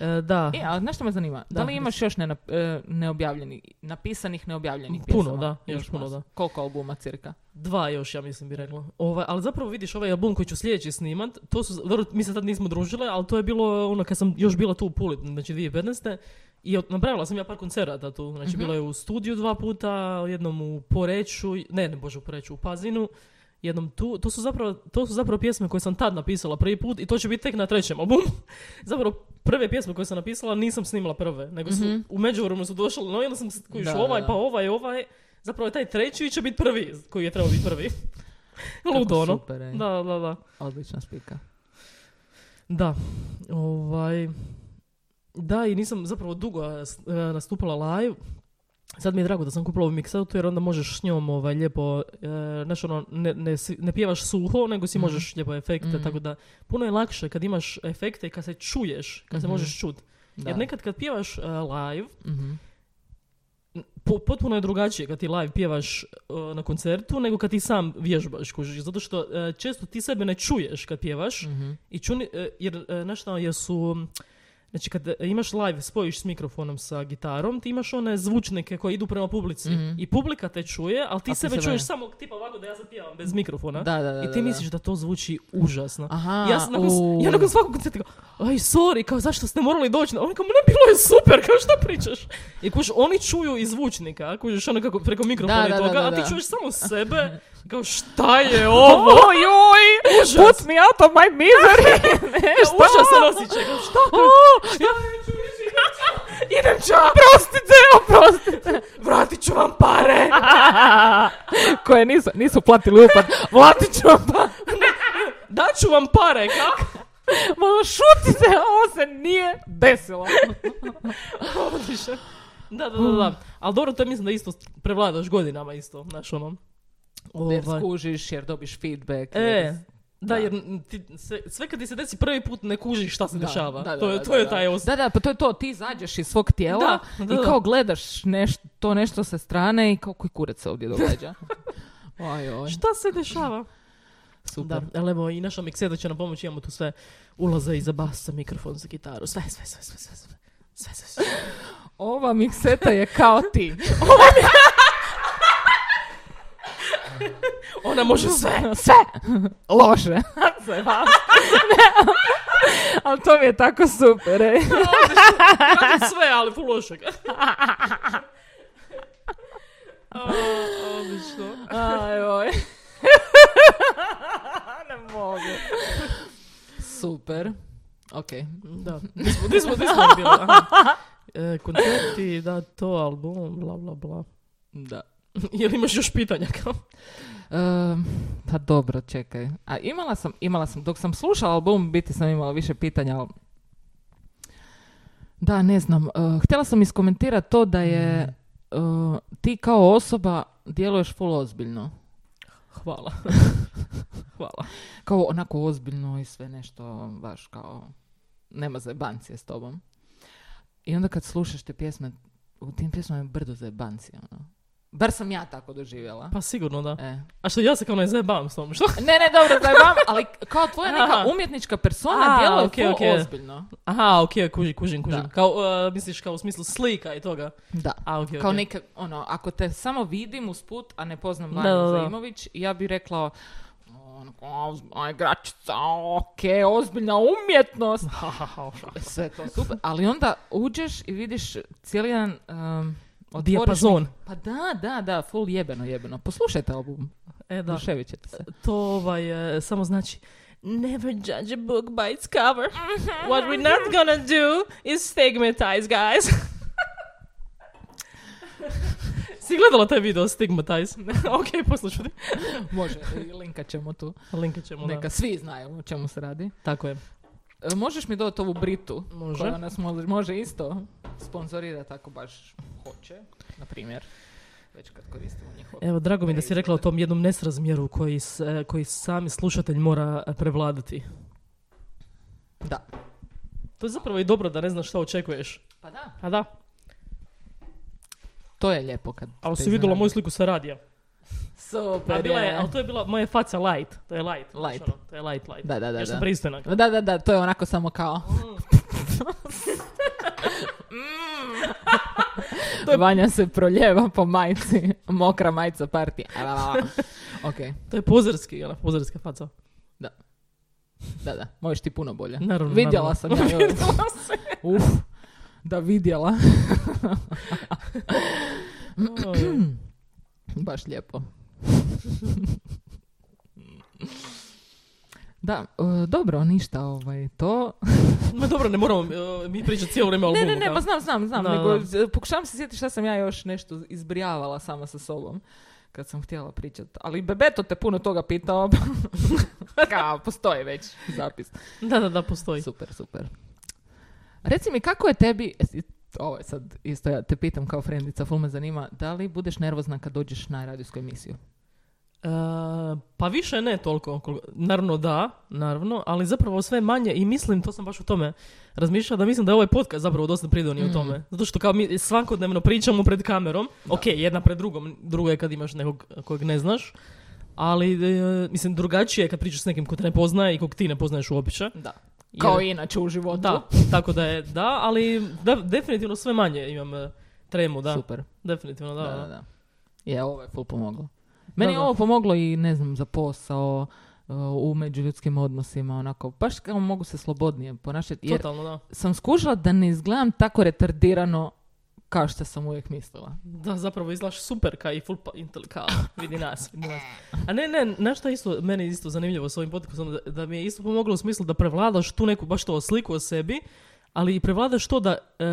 E, da. E, a znaš što me zanima? Da, Da, li imaš još nena- e, neobjavljenih, napisanih neobjavljenih Puno, pjesama? da, još puno, masu. da. Koliko albuma cirka? Dva još, ja mislim, bi rekla. Ovaj, ali zapravo vidiš ovaj album koji ću sljedeći snimat, to su, dobro, mi se tad nismo družile, ali to je bilo ono kad sam još bila tu u Puli, znači 2015. I od- napravila sam ja par koncerata tu, znači Mhm. bilo je u studiju dva puta, jednom u Poreću, ne, ne bože u Poreću, u Pazinu, jednom tu, to su zapravo, to su zapravo pjesme koje sam tad napisala prvi put i to će biti tek na trećem albumu. zapravo prve pjesme koje sam napisala nisam snimala prve, nego su u međuvremenu su došle, no i onda sam skuš Mhm. Da, da, ovaj, da. pa ovaj, ovaj, zapravo je taj treći će biti prvi koji je trebao biti prvi. Ludo Kako ono. super, ej. Da, da, da. Odlična spika. Da. Ovaj... Da, i nisam zapravo dugo a, s- e, nastupala live. Sad mi je drago da sam kupila ovu miksautu jer onda možeš s njom ovaj, lijepo, e, znaš ono, ne, ne, si- ne pjevaš suho, nego si možeš lijepo efekte, tako da puno je lakše kad imaš efekte i kad se čuješ, kad se Mhm. možeš čut. Da. Jer nekad kad pjevaš e, live, Mhm. po- potpuno je drugačije kad ti live pjevaš e, na koncertu nego kad ti sam vježbaš, kužiš. Zato što e, često ti sebe ne čuješ kad pjevaš Mhm. i čuni, e, jer, e, znaš šta, jer su Znači kad e, imaš live, spojiš s mikrofonom sa gitarom, ti imaš one zvučnike koji idu prema publici Mhm. i publika te čuje, ali ti A ti sebe sebe ne. čuješ samo tipa ovako da ja zapjevam bez mikrofona. Da, da, da, I da, ti da. misliš da to zvuči užasno. Aha, ja, sam nakon, u. ja nakon svakog koncerta kao, aj sorry, kao zašto ste morali doći? Oni kao, "Ma ne bilo je super, kao šta pričaš? I kuš, oni čuju iz zvučnika, kužiš ono kako preko mikrofona da, i da, toga, da, a da. ti čuješ samo sebe, kao šta je ovo? Oj, oj, Užas. put me out of my misery. Užasan osjećaj, kao šta? Ja- Idem ča. Oprostite, oprostite. Vratit ću vam pare! Koje nisu, nisu platili upad. Vlatit ću vam pa. Daću vam pare, kako? Malo šutite, ovo se nije desilo. Odlično. Da, da, da, Hmm. da. Ali dobro, to mislim da isto prevladaš godinama isto, znaš ono. Jer Ovaj. skužiš, jer dobiš feedback. E, jer- da, jer n- ti, sve, sve kad ti se desi prvi put ne kužiš šta se dešava. da, to je, da, to da, je da. taj osjećaj. Da, da, pa to je to, ti izađeš iz svog tijela Da, da, i da. kao gledaš neš- to nešto sa strane i kao koji kurac se ovdje događa. oj, oj, Šta se dešava? super. Da, ali evo i naša mikseda će nam pomoći, imamo tu sve ulaze i za basa, mikrofon za gitaru, sve, sve, sve, sve, sve, sve. Sve, sve, sve. Ova mikseta je kao ti. Ona može sve. Sve! Loše. Sve vam. Ali to mi je tako super. e. Radi sve, ali full lošeg. O, Odlično. Aj, oj. Ne mogu. Super. Ok. Da, di smo, di smo, di smo bili, aha. E, koncerti, da, to, album, bla, bla, bla. Da. Jel imaš još pitanja kao? Ehm, pa dobro, čekaj. A imala sam, imala sam, dok sam slušala album, u biti sam imala više pitanja, ali... Da, ne znam. Eh, htjela sam iskomentirati to da je Mm. eh, ti kao osoba djeluješ full ozbiljno. Hvala. Hvala. Kao onako ozbiljno i sve nešto baš kao... Nema zajebancije s tobom. I onda kad slušaš te pjesme, u tim pjesmama je brdo zajebancije. Ono. Bar sam ja tako doživjela. Pa sigurno da. E. A što ja se kao ne zajebam s tom, što? Ne, ne, dobro, zajebam, ali kao tvoja neka Aha. umjetnička persona A, djeluje okej, full okej. ozbiljno. Aha, okej, kužim, kužim, kužim. Da. Kao, e, misliš kao u smislu slika i toga? Da. A, okej, Kao okej. neke, ono, ako te samo vidim usput, a ne poznam Da, Vanju da, da. Zaimović, ja bi rekla, ono, ozbiljna igračica, okej, ozbiljna umjetnost. Ha, ha, ha, ha. Sve to super, ali onda uđeš i vidiš cijeli jedan... Um, otvoriš- Dijapazon. Pa da, da, da, full jebeno, jebeno. Poslušajte album, E, da. duševit ćete se. To ovaj, e, samo znači Never judge a book by its cover. What we're not gonna do is stigmatize, guys. si gledala taj video Stigmatize? ok, poslušajte. Može, i linkat ćemo tu. Linka ćemo, Neka da. svi znaju o čemu se radi. Tako je. E, Možeš mi dodati ovu Britu? Može. Koja nas može, može isto sponzorirati ako baš hoće, na primjer. Već kad koristimo njihov... Evo, drago mi da si rekla o tom jednom nesrazmjeru koji, se, koji sami slušatelj mora e, prevladati. Da. To je zapravo i dobro da ne znaš šta očekuješ. Pa da. A da, To je lijepo kad... ali te Pa si vidjela iznenadi. moju sliku sa radija. Super A bila je, je. ali to je bila moja faca light. To je light. znaš Light. ono, to je light, light. Da, da, da, Još sam da. pristojna. Da, da, da, to je onako samo kao... Mm. Mm. Vanja se proljeva po majici. Mokra majica partije. ok, To je pozorski, ona pozorska faca. da, da, možeš ti puno bolje. Naravno, Vidjela naravno. sam ja. evo. Uf, da vidjela. Baš lijepo. Da, e, dobro, ništa, ovaj, to... Ma dobro, ne moramo e, mi pričati cijelo vrijeme o Ne, albumu. ne, ne, kao. pa znam, znam, znam, Da, nego da. e, pokušavam se sjetiti šta sam ja još nešto izbrijavala sama sa sobom kad sam htjela pričat. Ali Bebeto te puno toga pitao. Kao, postoji već zapis. Da, da, da, postoji. Super, super. Reci mi, kako je tebi, jesi- ovo je sad isto ja te pitam kao frendica, ful me zanima, da li budeš nervozna kad dođeš na radijsku emisiju? E, pa više ne toliko. koliko- Naravno da, naravno, ali zapravo sve manje i mislim, to sam baš u tome razmišljala, da mislim da je ovaj podcast zapravo dosta pridonio u tome. Zato što kao mi svakodnevno pričamo pred kamerom, ok, jedna pred drugom, drugo je kad imaš nekog kojeg ne znaš, ali e, mislim drugačije je kad pričaš s nekim ko te ne poznaje i kog ti ne poznaješ uopće. Da. Kao Jer- i inače u životu. Da, tako da je da, ali da- definitivno sve manje imam e, tremu, da. Super. Definitivno, da. Da, da, da. da. Je, ovo je full pomoglo. Meni je da. ovo pomoglo i, ne znam, za posao, e, u međuljudskim odnosima, onako, baš kao mogu se slobodnije ponašati. Jer Totalno, da. sam skužila da ne izgledam tako retardirano kao što sam uvijek mislila. Da, zapravo izlaš super ka i full pa, intel- ka, vidi nas, vidi nas. A ne, ne, znaš šta je isto, meni je isto zanimljivo s ovim podcastom, da, da mi je isto pomoglo u smislu da prevladaš tu neku baš to sliku o sebi, ali i prevladaš to da e,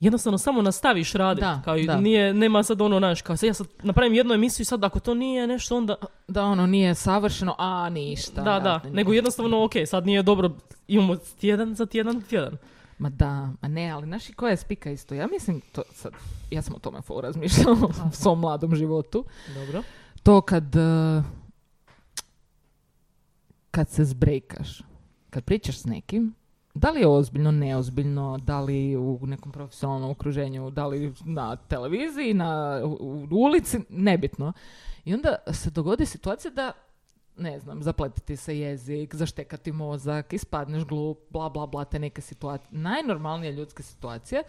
jednostavno samo nastaviš raditi. Da, kao i da. nije, nema sad ono, znaš, kao sad ja sad napravim jednu emisiju i sad ako to nije nešto onda, Da ono nije savršeno, a ništa. da, da, nego jednostavno ok, sad nije dobro, imamo tjedan za tjedan, tjedan. Ma da, ma ne, ali znaš i koja je spika isto? Ja mislim, to sad, ja sam o tome full razmišljala u svom mladom životu. Dobro. To kad, eh, kad se zbrejkaš, kad pričaš s nekim, da li je ozbiljno, neozbiljno, da li u nekom profesionalnom okruženju, da li na televiziji, na, u, u ulici, nebitno. I onda se dogodi situacija da, ne znam, zapletiti se jezik, zaštekati mozak, ispadneš glup, bla, bla, bla, te neke situacije. Najnormalnije ljudske situacije.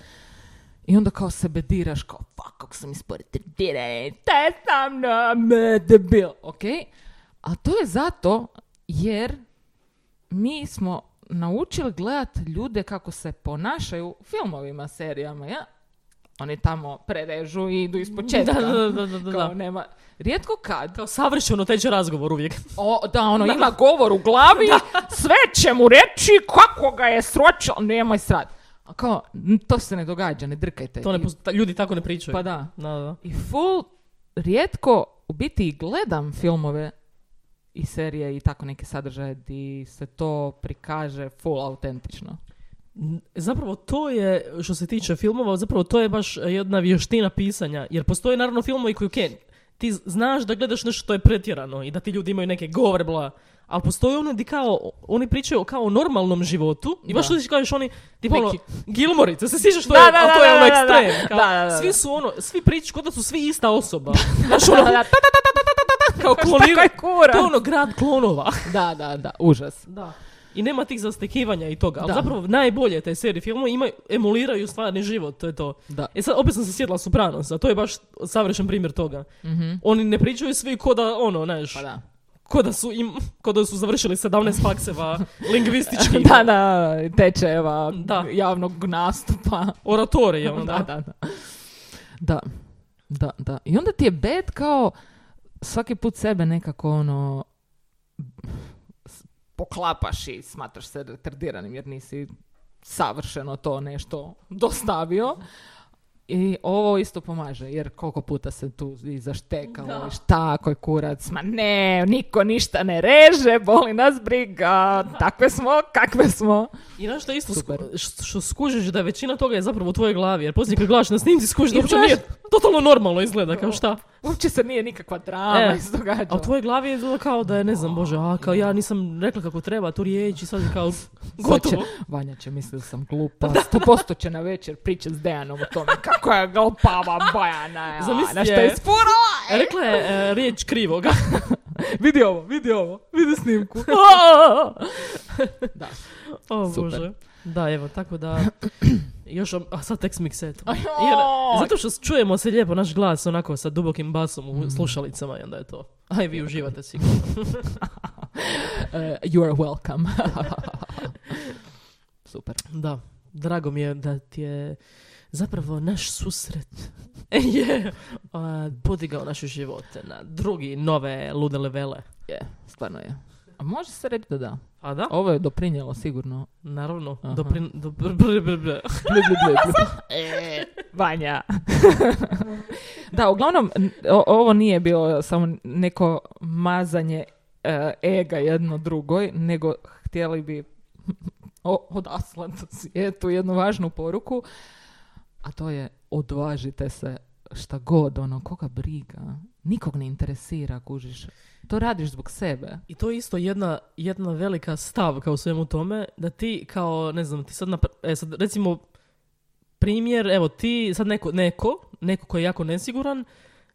I onda kao se bediraš, kao, fuck, kako sam isporiti, diraj, te sam na me, debil, ok? A to je zato jer mi smo naučili gledat ljude kako se ponašaju u filmovima, serijama, ja? Oni tamo prerežu i idu ispočetka. Da, da, da, da, da, Kao da. nema, rijetko kad Kao savršeno teče razgovor uvijek. o, da, ono, ima govor u glavi, sve će mu reći kako ga je sročao, nemoj srat. A kao, n- to se ne događa, ne drkajte. To ne I- posto- ljudi tako ne pričaju. Pa da. Da, da, da. I full, rijetko, u biti i gledam filmove i serije i tako neke sadržaje di se to prikaže full autentično. N- Zapravo to je, što se tiče filmova, zapravo to je baš jedna vještina pisanja. Jer postoje naravno filmovi koji, ok, ti z- znaš da gledaš nešto što je pretjerano i da ti ljudi imaju neke govore, bla. Ali postoje ono di kao, oni pričaju o kao normalnom životu i baš Da. ti kažeš oni, tipa ono, Neki- Gilmorica, se sjećaš što Da, je, da, ali da, to je da, ono da, da. ekstrem. Kao, Da, da, da. Svi su ono, svi pričaju kod da su svi ista osoba. Znaš ono, kao klonira- Šta je kura? to je ono grad klonova. Da, da, da, užas. Da. I nema tih zastekivanja i toga. Ali Da. zapravo najbolje te serije filmove imaju, emuliraju stvarni život, to je to. Da. E sad, opet sam se sjetila Sopranosa, to je baš savršen primjer toga. Oni ne pričaju svi ko da, ono, znaš, Mhm. Pa da. ko da su, im, ko da su završili 17 fakseva lingvistički Da, da, tečajeva Da. javnog nastupa. oratorije, ono, da. da, da, da. Da, da, da. I onda ti je bed kao svaki put sebe nekako ono s- poklapaš i smatraš se retardiranim jer nisi savršeno to nešto dostavio. I ovo isto pomaže, jer koliko puta se tu i zaštekalo, i šta, koji kurac, ma ne, niko ništa ne reže, boli nas briga, takve smo, kakve smo. I znaš što je isto, Super. sku- š- što skužiš da je većina toga je zapravo u tvojoj glavi, jer poslije kad gledaš na snimci skužiš da Jer uopće znaš- nije, totalno normalno izgleda, kao šta. Uopće se nije nikakva drama E, izdogađala. A u tvojoj glavi je bilo kao da je, ne znam, bože, a kao ja nisam rekla kako treba tu riječ i sad je kao Sad gotovo. će- Vanja će misliti da sam glupa. 100% će na večer pričat s Dejanom o tome kako je glupava Bojana. Ja, Zamisli na šta je. je isfurala. Rekla je e, riječ krivoga. Vidi ovo, vidi ovo, vidi snimku. da. O Super. bože. Da, evo, tako da... Još, am- a sad tekst miksetu. Jer, zato što čujemo se lijepo naš glas onako sa dubokim basom u slušalicama i onda je to. Aj, vi uživate sigurno. E, you are welcome. Super. Da, drago mi je da ti je zapravo naš susret je a, podigao naše živote na drugi, nove, lude levele. Je, stvarno je. A može se reći da da. A da? Ovo je doprinjelo sigurno. Naravno. Aha. Doprin, do, br- br- br- br- Blu, blu, blu, blu. E, Vanja. Da, uglavnom, n- o- ovo nije bilo samo neko mazanje e, ega jedno drugoj, nego htjeli bi o- odaslat svijetu jednu važnu poruku, a to je odvažite se šta god, ono, koga briga, nikog ne interesira, kužiš. To radiš zbog sebe. I to je isto jedna, jedna velika stavka u svemu tome, da ti kao, ne znam, ti sad, napr- e, sad recimo primjer, evo ti sad neko, neko, neko koji je jako nesiguran,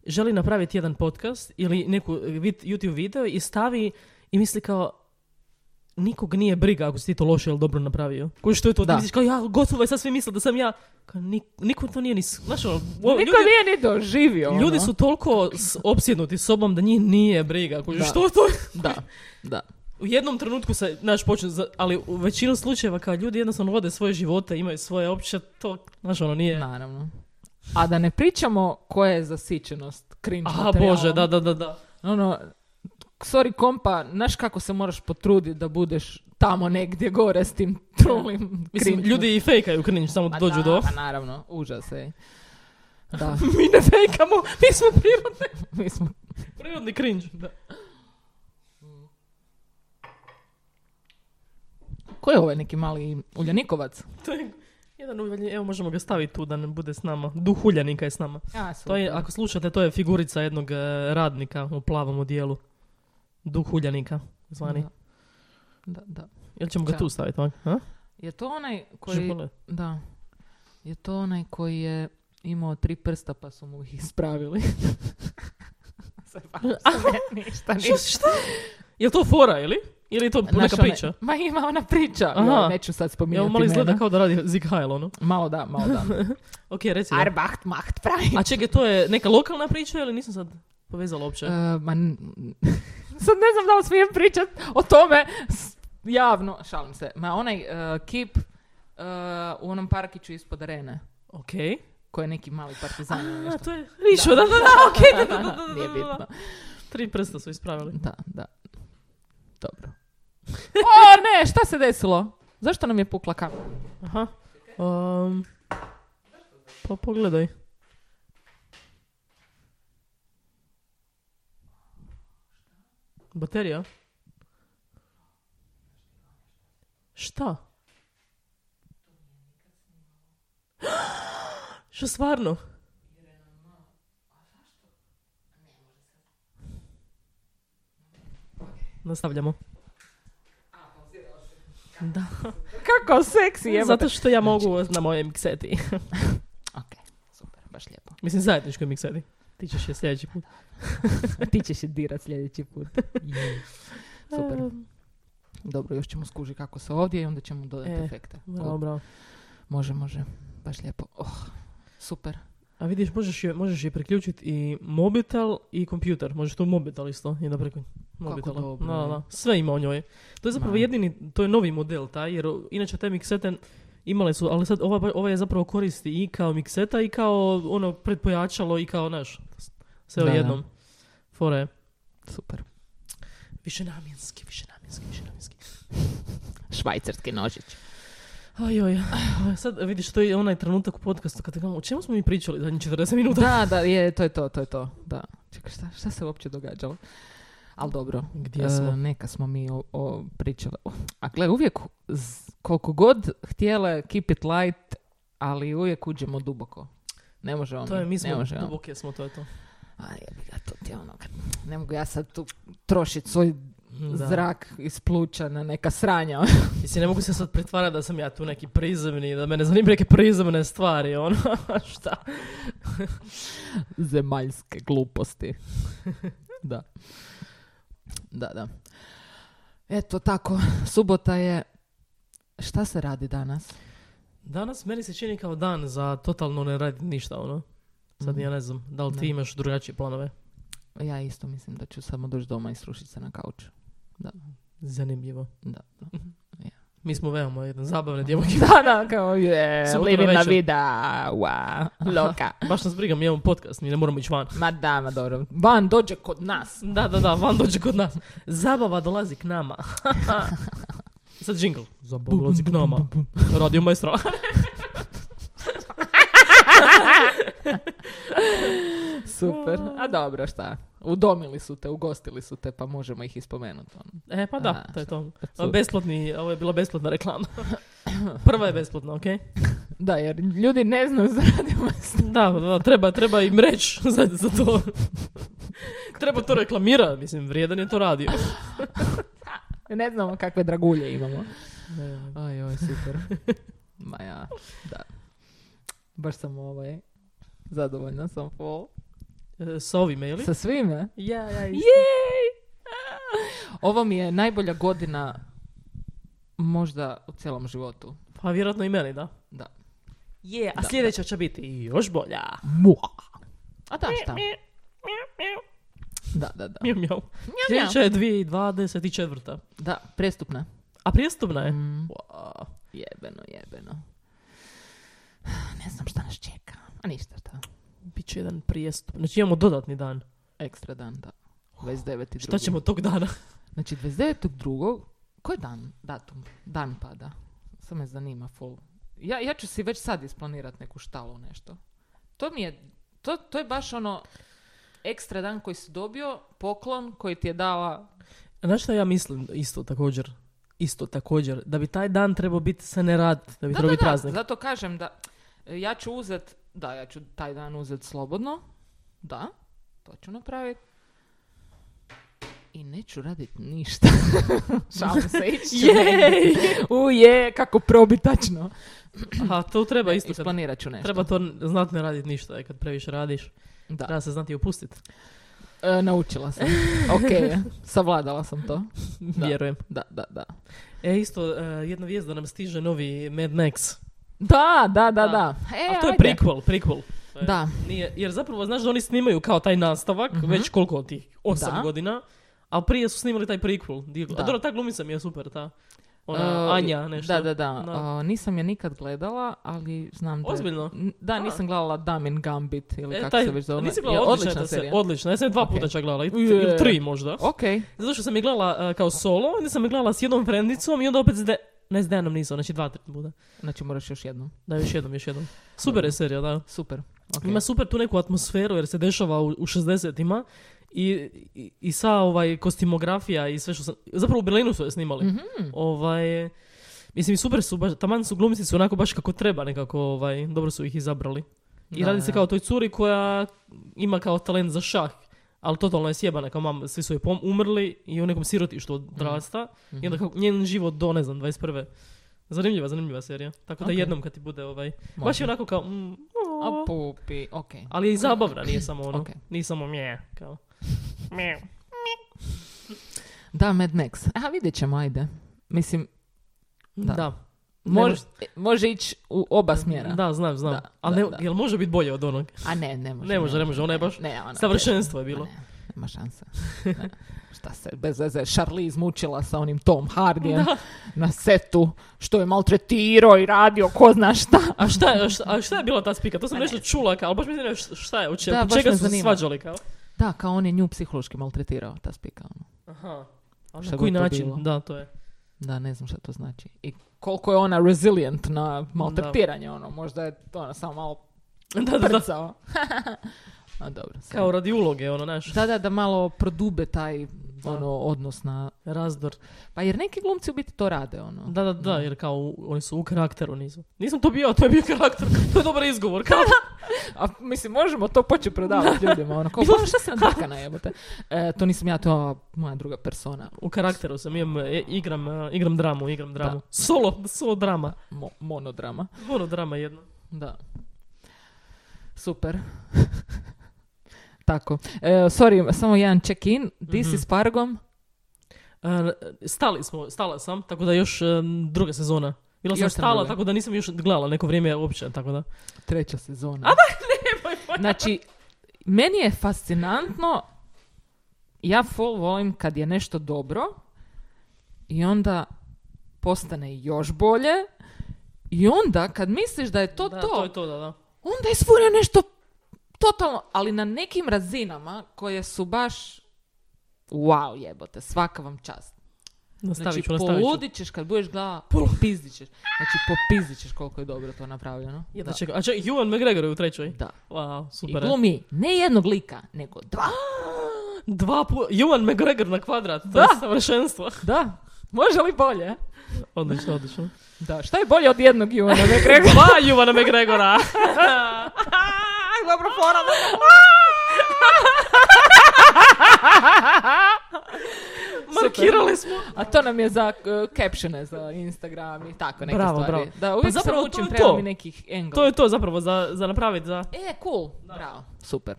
želi napraviti jedan podcast ili neku e, vid- YouTube video i stavi i misli kao, nikog nije briga ako si ti to loše ili dobro napravio. Koji što je to? Da. Da. misliš kao ja, gotovo je, sad svi misle da sam ja. Kao, ni- niko to nije ni... s- Znaš, ono, o, Niko ljudi, nije ni doživio ono. ljudi su toliko s- opsjednuti sobom da njih nije briga. Koji, Da. što to? Da, da. U jednom trenutku se, znaš, počne, za- ali u većinu slučajeva kao ljudi jednostavno vode svoje živote, imaju svoje opće, to, znaš, ono nije... Naravno. A da ne pričamo koja je zasićenost cringe Aha, materijalom. bože, da, da, da, da. Ono, sorry kompa, znaš kako se moraš potruditi da budeš tamo negdje gore s tim trulim Mislim, cringe ljudi i fejkaju cringe, samo da Ma dođu da, do... Pa naravno, užas je. Da, Mi ne fejkamo, mi smo prirodni, mi smo... prirodni cringe. Da. Ko je ovaj neki mali uljanikovac? To je jedan uvalj- evo možemo ga staviti tu da ne bude s nama. Duh uljanika je s nama. A, To je, ako slušate, to je figurica jednog e, radnika u plavom odijelu. Duh uljanika, zvani. Da. da, da. Jel ćemo ga Čao. tu staviti, ovak? Ha? Je to onaj Koji... koji... Da. Je to onaj koji je imao tri prsta pa su mu ih ispravili. Zajebala sam, ne, ništa, ništa. Šta? Jel to fora, ili? Ili je to neka Znaš, one- priča? Ma ima ona priča. Aha. Joj, neću sad Jel spominjati malo izgleda imena. kao da radi Zig Heil, ono? Malo da, malo da. Ok, reci. da. Arbacht macht frei. A čekaj, to je neka lokalna priča ili nisam sad povezala uopće? E, ma, n- sad ne znam da li smijem pričat o tome s- javno. Šalim se. Ma onaj e, kip e, u onom parkiću ispod arene ok. koji je neki mali partizan ili A, nešto. to je Rišo, da, da, da, ok, da, da, da, da, da, Nije da. bitno. Tri prsta su ispravili. Da, da. Dobro. O ne, šta se desilo? Zašto nam je pukla kamera? Aha. Um, pa pogledaj. Baterija? Šta? Što stvarno? Nastavljamo. Da. Kako seksi je. Zato što ja mogu na moje mikseti. Ok, super, baš lijepo. Mislim, zajedničkoj mikseti. Ti ćeš je sljedeći put. Ti ćeš je dirat sljedeći put. super. E, Dobro, još ćemo skužiti kako se ovdje i onda ćemo dodati E, efekte. Bravo, bravo. Može, može. Baš lijepo. Oh, super. A vidiš, možeš je, možeš je priključiti i mobitel i kompjuter. Možeš to u mobitel isto, jedna preko mobitela. dobro, Da, da, je. da. Sve ima u njoj. To je zapravo Ma. jedini, to je novi model taj, jer inače te miksete imale su, ali sad ova, ba- ova je zapravo koristi i kao mikseta i kao ono pretpojačalo i kao naš. Sve Da, u da. jednom. Fora je. Super. Višenamjenski, višenamjenski, višenamjenski. Švajcarski nožić. Ajoj, sad vidiš, to je onaj trenutak u podcastu kada gledamo, o čemu smo mi pričali zadnjih 40 minuta? Da, da, je, to je to, to je to. Da. Čekaj, šta, šta se uopće događalo? Ali dobro, Gdje E, smo? neka smo mi o, o pričale. O, A gle, uvijek, z- koliko god htjele keep it light, ali uvijek uđemo duboko. Ne može on. To je, Ono, mi ne smo, može on. duboke smo, to je to. A jebi ga, to ti je ono, kad- ne mogu ja sad tu trošiti svoj Da. Hmm, zrak iz pluća na neka sranja. Mislim, ne mogu se sad pretvarati da sam ja tu neki prizemni, da mene zanimaju neke prizemne stvari, ono, šta? Zemaljske gluposti. da. Da, da. Eto tako, subota je... Šta se radi danas? Danas meni se čini kao dan za totalno ne raditi ništa, ono. Sad ja ne znam, da li ti Mhm. Da. imaš drugačije planove? Ja isto mislim da ću samo doći doma i srušiti se na kauču. Zanimljivo. Mhm. Da, da. Mi smo veoma jedne zabavne djevojke. da, da, kao je, Subota living la navečer. vida, wow, loka. Baš nas briga, mi imamo podcast, mi ne moramo ići van. Ma da, ma dobro. Van dođe kod nas. Da, da, da, van dođe kod nas. Zabava dolazi k nama. I Sad jingle. Zabava dolazi k nama. Radio maestro. Super. A dobro, šta? Udomili su te, ugostili su te, pa možemo ih ispomenuti. ono. E, pa da, A, to je to. šta? Besplatni, ovo je bila besplatna reklama. Prva je besplatna, okej? Da, jer ljudi ne znaju za radio maestro. Da, da, treba, treba im reći za, za to. treba to reklamira, mislim, vrijedan je to radio. Ne znamo kakve dragulje imamo. Aj, oj, super. Ma ja, da. Baš sam ovaj, zadovoljna sam pol. E, Sa ovime, ili? Sa e? svime. Ja, ja Jej! Ovo mi je najbolja godina Možda u cijelom životu. Pa vjerojatno i meni, da. Da. Je, a Da, sljedeća će biti još bolja. A da, šta? Da, da, da. Mjau, mjau. Sljedeća je 2024. Da, prestupna. A prijestupna je. Mm. Wow. Jebeno, jebeno. Ne znam šta nas čeka. A ništa, šta? Biće jedan prijestup. Znači imamo dodatni dan. Ekstra dan, da. 29. Šta ćemo tog dana? Znači, 29. drugog, koji dan, datum, dan pada? Sad me zanima full. Ja, ja ću si već sad isplanirati neku štalu, nešto. To mi je, to, to je baš ono ekstra dan koji si dobio, poklon koji ti je dala... Znaš šta ja mislim isto također? Isto također. Da bi taj dan trebao biti se ne rad. Da bi Da, trebao da, biti da, praznik. zato kažem da e, ja ću uzet, da, ja ću taj dan uzet slobodno, da, to ću napravit. I neću radit ništa. Šalim se, ići ću negdje. U je, kako probitačno. A to treba isto. Kad, Isplanirat ću E, nešto. E, treba to znat ne radit ništa. jer Kad previše radiš, Da. treba se znati opustiti. E, naučila sam. Ok, savladala sam to. Da. Vjerujem. Da, da, da. E, isto, e, jedna vijest da nam stiže novi Mad Max. Da, da, da, da. E, A to je ajde. prequel, prequel. To je- Da, Nije, jer zapravo znaš da oni snimaju kao taj nastavak, već koliko tih, osam Mhm. Da. godina, a prije su snimali taj prequel. dio. Da. A dobro, ta glumica mi je super, ta. Ona, E, Anja, nešto. Da, da, da. Da. E, nisam je nikad gledala, ali znam da... je- Ozbiljno? N- Da, nisam gledala Damin Gambit ili E, kako taj- se već zove. Nisi Je gledala, odlična, je ta serija. Odlična, ja sam je dva Ok. puta čak gledala, i- Je. ili tri možda. Ok, Zato što sam je gledala e, kao solo, onda sam je gledala s jednom frendicom i onda opet s de... Ne, s Dejanom nisam, znači dva, tri puta. znači moraš još jednom. Da, još jednom, još jednom. Super je serija, da. Super. ok. Ima super tu neku atmosferu jer se dešava u, u 60-ima i, i, i sa ovaj, kostimografija i sve što sam... Zapravo u Berlinu su je snimali. Ovaj, mislim, i super su, baš, taman su glumci su onako baš kako treba nekako, ovaj, dobro su ih izabrali. I Da, radi da, se da. kao o toj curi koja ima kao talent za šah, ali totalno je sjebana, kao mam, svi su joj pom- umrli i u nekom sirotištu Mhm. odrasta. I onda kako, njen život do, ne znam, 21. Zanimljiva, zanimljiva serija. Tako da Ok. jednom kad ti bude ovaj... Baš Može. je onako kao... mm, o. A pupi, ok. Ali je i zabavna, nije samo ono. Ok. Nije samo mje, kao. Mjau. Da, Mad Max. A vidjet ćemo, ajde. Mislim, Da. Da. može, može- može ići u oba smjera. Da, znam, znam. Da, Ali da, ne- da. jel može biti bolje od onog? A ne, ne može. Ne može, ne može, ona je baš ne, ona, Savršenstvo je teško. bilo. Ma Ne, nema šanse. Ne. Šta se, bez veze, Charlize izmučila sa onim Tom Hardijem na setu, što je maltretirao i radio, ko zna šta. A šta, je- šta- a šta je bila ta spika? To sam Ma ne nešto čula, kao, ali baš mi ne znaš šta je, u čemu- Da, oko baš čega me su se zanima. svađali, kao. Da, kao on je nju psihološki maltretirao, ta spika. ono. Aha. A Šta na god koji to način? bilo. Da, to je. Da, ne znam šta to znači. I koliko je ona resilient na maltretiranje, ono, možda je to ona samo malo Da, da, da. prcao. A dobro, sad. Kao radi uloge, ono, naš. Da, da, da malo prodube taj ono, odnos na... Razdor. Pa jer neki glumci u biti to rade, ono. Da, da, da, jer kao u- oni su u karakteru, nisu. Nisam to bio, to je bio karakter. To je dobar izgovor, kao. A mislim, možemo to početi prodavati ljudima, ono, kao, "Pa, šta se nadrkana jebote? E, to nisam ja, to moja druga persona, U karakteru sam, imam, e, igram, e, igram dramu, igram dramu. Da. Solo, solo drama. Mo- monodrama. Mono drama jedno. Da. Super. Tako. E, sorry, samo jedan check-in. Di si s Pargom? E, stali smo, stala sam, tako da još e, druga sezona. Bila sam Još sam stala, druga. tako da nisam još gledala neko vrijeme uopće, tako da. Treća sezona. A Znači, meni je fascinantno, ja full volim kad je nešto dobro i onda postane još bolje i onda kad misliš da je Pa to Da, to, to je to, da, da. onda je svuda nešto totalno, ali na nekim razinama koje su baš wow jebote, svaka vam čast. Nastavit Znači, ću, nastavit ću. poludit ćeš kad budeš gledala, popizdit ćeš. Znači, popizdit ćeš koliko je dobro to napravljeno. Da. Je, da Znači, čekaj, a čekaj, Ewan McGregor je u trećoj. Da. Wow, I super. je. glumi ne jednog lika, nego dva. Dva pu... Ewan McGregor na kvadrat, to je savršenstvo. Da, može li bolje? Odlično, odlično. Da, šta je bolje od jednog Ivana McGregora? Dva Ewana McGregora! Dobro fora, Markirali smo. A to nam je za uh, captione, za Instagram i tako neke Bravo, stvari. bravo. Da, Pa uvijek zapravo se to učim, je treba to. mi nekih engla. To je to zapravo za, za napraviti, za... E, cool, bravo, super.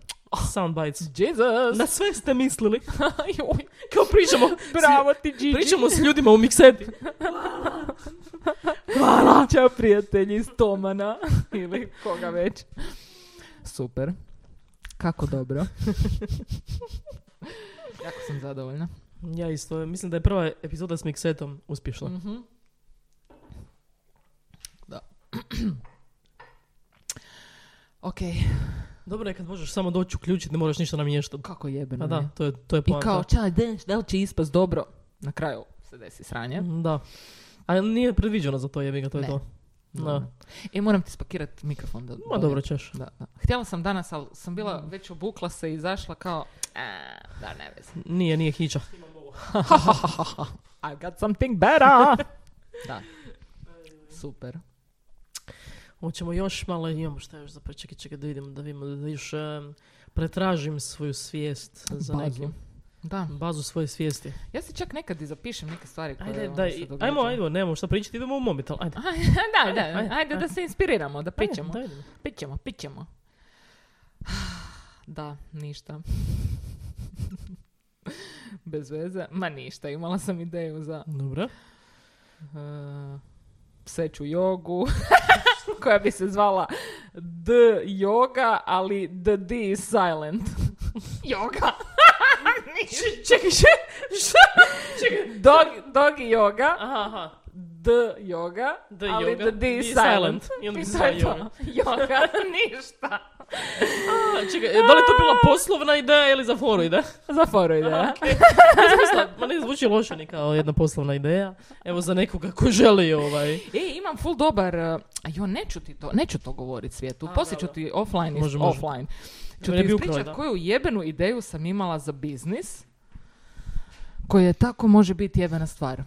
Soundbites. Jesus! Na sve ste mislili. Joj, Kao pričamo, Bravo ti, Gigi. pričamo s ljudima u mikseti. Hvala! Ćao prijatelji iz Tomana ili koga već. Super. Kako dobro. jako sam zadovoljna. Ja isto, mislim da je prva epizoda s miksetom uspješna. Mhm. Da. ok, Dobro je kad možeš samo doći uključiti, ne moraš ništa namještati. kako jebeno Pa da, je. to je, to je I poanta. kao, čaj, deš, da li će ispast dobro? Na kraju se desi sranje. Mm, Da. A nije predviđeno za to jebi ga, to je Ne. to. Da. E, moram ti spakirat mikrofon. Da, Ma dobro ćeš. Da, da. Htjela sam danas, ali sam bila već obukla se i izašla kao, "A, da, ne vezi. Nije, nije hića. I got something better. da. Super. Hoćemo još malo, imamo šta još za pa- čekaj, čekaj da vidimo, da vidimo, da još em, pretražim svoju svijest za Bazu. nekim. Da. Bazu svoje svijesti. Ja se čak nekad i zapišem neke stvari koje Ajde, ono, daj, se događaju. ajmo, ajmo, nemamo šta pričati, idemo u mobitel, ajde. Aj, da, da, Ajde, ajde, da se inspiriramo, da pićemo, Ajde, da vidimo. pićemo, pićemo. Da, ništa. Bez veze, ma ništa, imala sam ideju za Dobro. uh, pseću jogu koja bi se zvala D yoga, ali the D is silent. yoga. Čekaj, Dog, dog yoga. Aha, aha. D yoga, D ali yoga, the D D is is silent. silent. I onda bi se to je zvala to. Yoga, ništa. A, čekaj, e, da li je to bila poslovna ideja ili za foru ideja? Za foru ideja. Mislim, Ma ne zvuči loše ni kao jedna poslovna ideja. Evo za nekoga ko želi ovaj. E, imam full dobar... uh, Jo, neću ti to, neću to govorit svijetu. A, Poslije ću dobro. ti offline, is- Može, može. offline. Ću ti Mene bi ukrao, ispričat da. koju jebenu ideju sam imala za biznis, koja je tako može biti jebena stvar.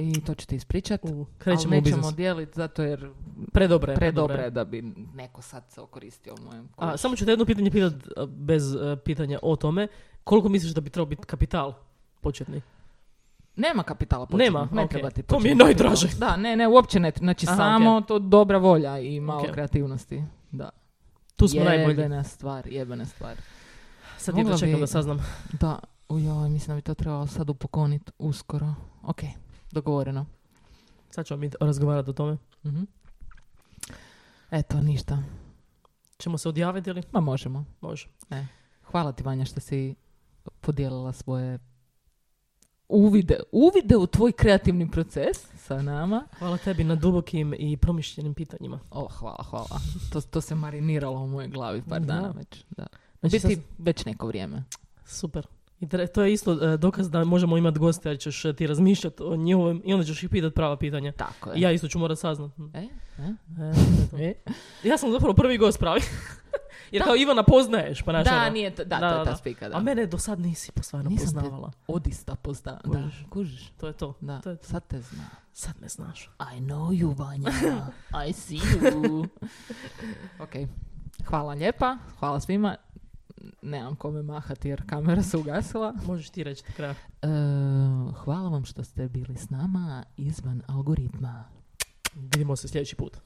I to ću ti ispričat. U, ali krećemo u biznis. nećemo dijeliti zato jer Predobre, predobre je da bi neko sad se okoristio mojem. A, samo ću te jedno pitanje pitat a, bez e, pitanja o tome. Koliko misliš da bi trebao biti kapital početni? Nema kapitala početnog, Nema, ne ok. treba ti To mi je početni najdraže. kapital. Da, ne, ne, uopće ne, znači Aha, samo to dobra volja i malo Ok. kreativnosti. Da. Tu smo najbolji. Jebena stvar, jebena stvar. Sad jedno Mogla čekam bi- da saznam. Da, ujoj, mislim da bi to trebalo sad upokonit uskoro. Ok, dogovoreno. Sad ćemo mi razgovarati o tome. Mhm. Eto, ništa. Ćemo se odjaviti ili? Ma možemo. Može. Hvala ti, Vanja, što si podijelila svoje uvide, uvide u tvoj kreativni proces sa nama. Hvala tebi na dubokim i promišljenim pitanjima. O, hvala, hvala. To, to se mariniralo u mojoj glavi par Da. dana već. Da. Znači, Biti sad- već neko vrijeme. Super. I tre- to je isto e, dokaz da možemo imati goste, jer ćeš e, ti razmišljati o njihovim i onda ćeš ih pitati prava pitanja. Tako je. I ja isto ću morat saznat. E, e. E, to je to. ja sam zapravo prvi gost pravi. Jer kao Ivana poznaješ, pa naš Da, ono. nije, to- da, Da, to da, je ta da. spika, da. A mene do sad nisi pa stvarno Nisam te- poznavala. Odista pozna. Da, Kužiš. kužiš. To je to. Da, To je to. sad te zna. Sad me znaš. I know you, Vanja. I see you. ok, hvala lijepa. Hvala svima. Nemam kome mahati jer kamera se ugasila. Možeš ti reći do kraja. E, hvala vam što ste bili s nama izvan algoritma. Vidimo se sljedeći put.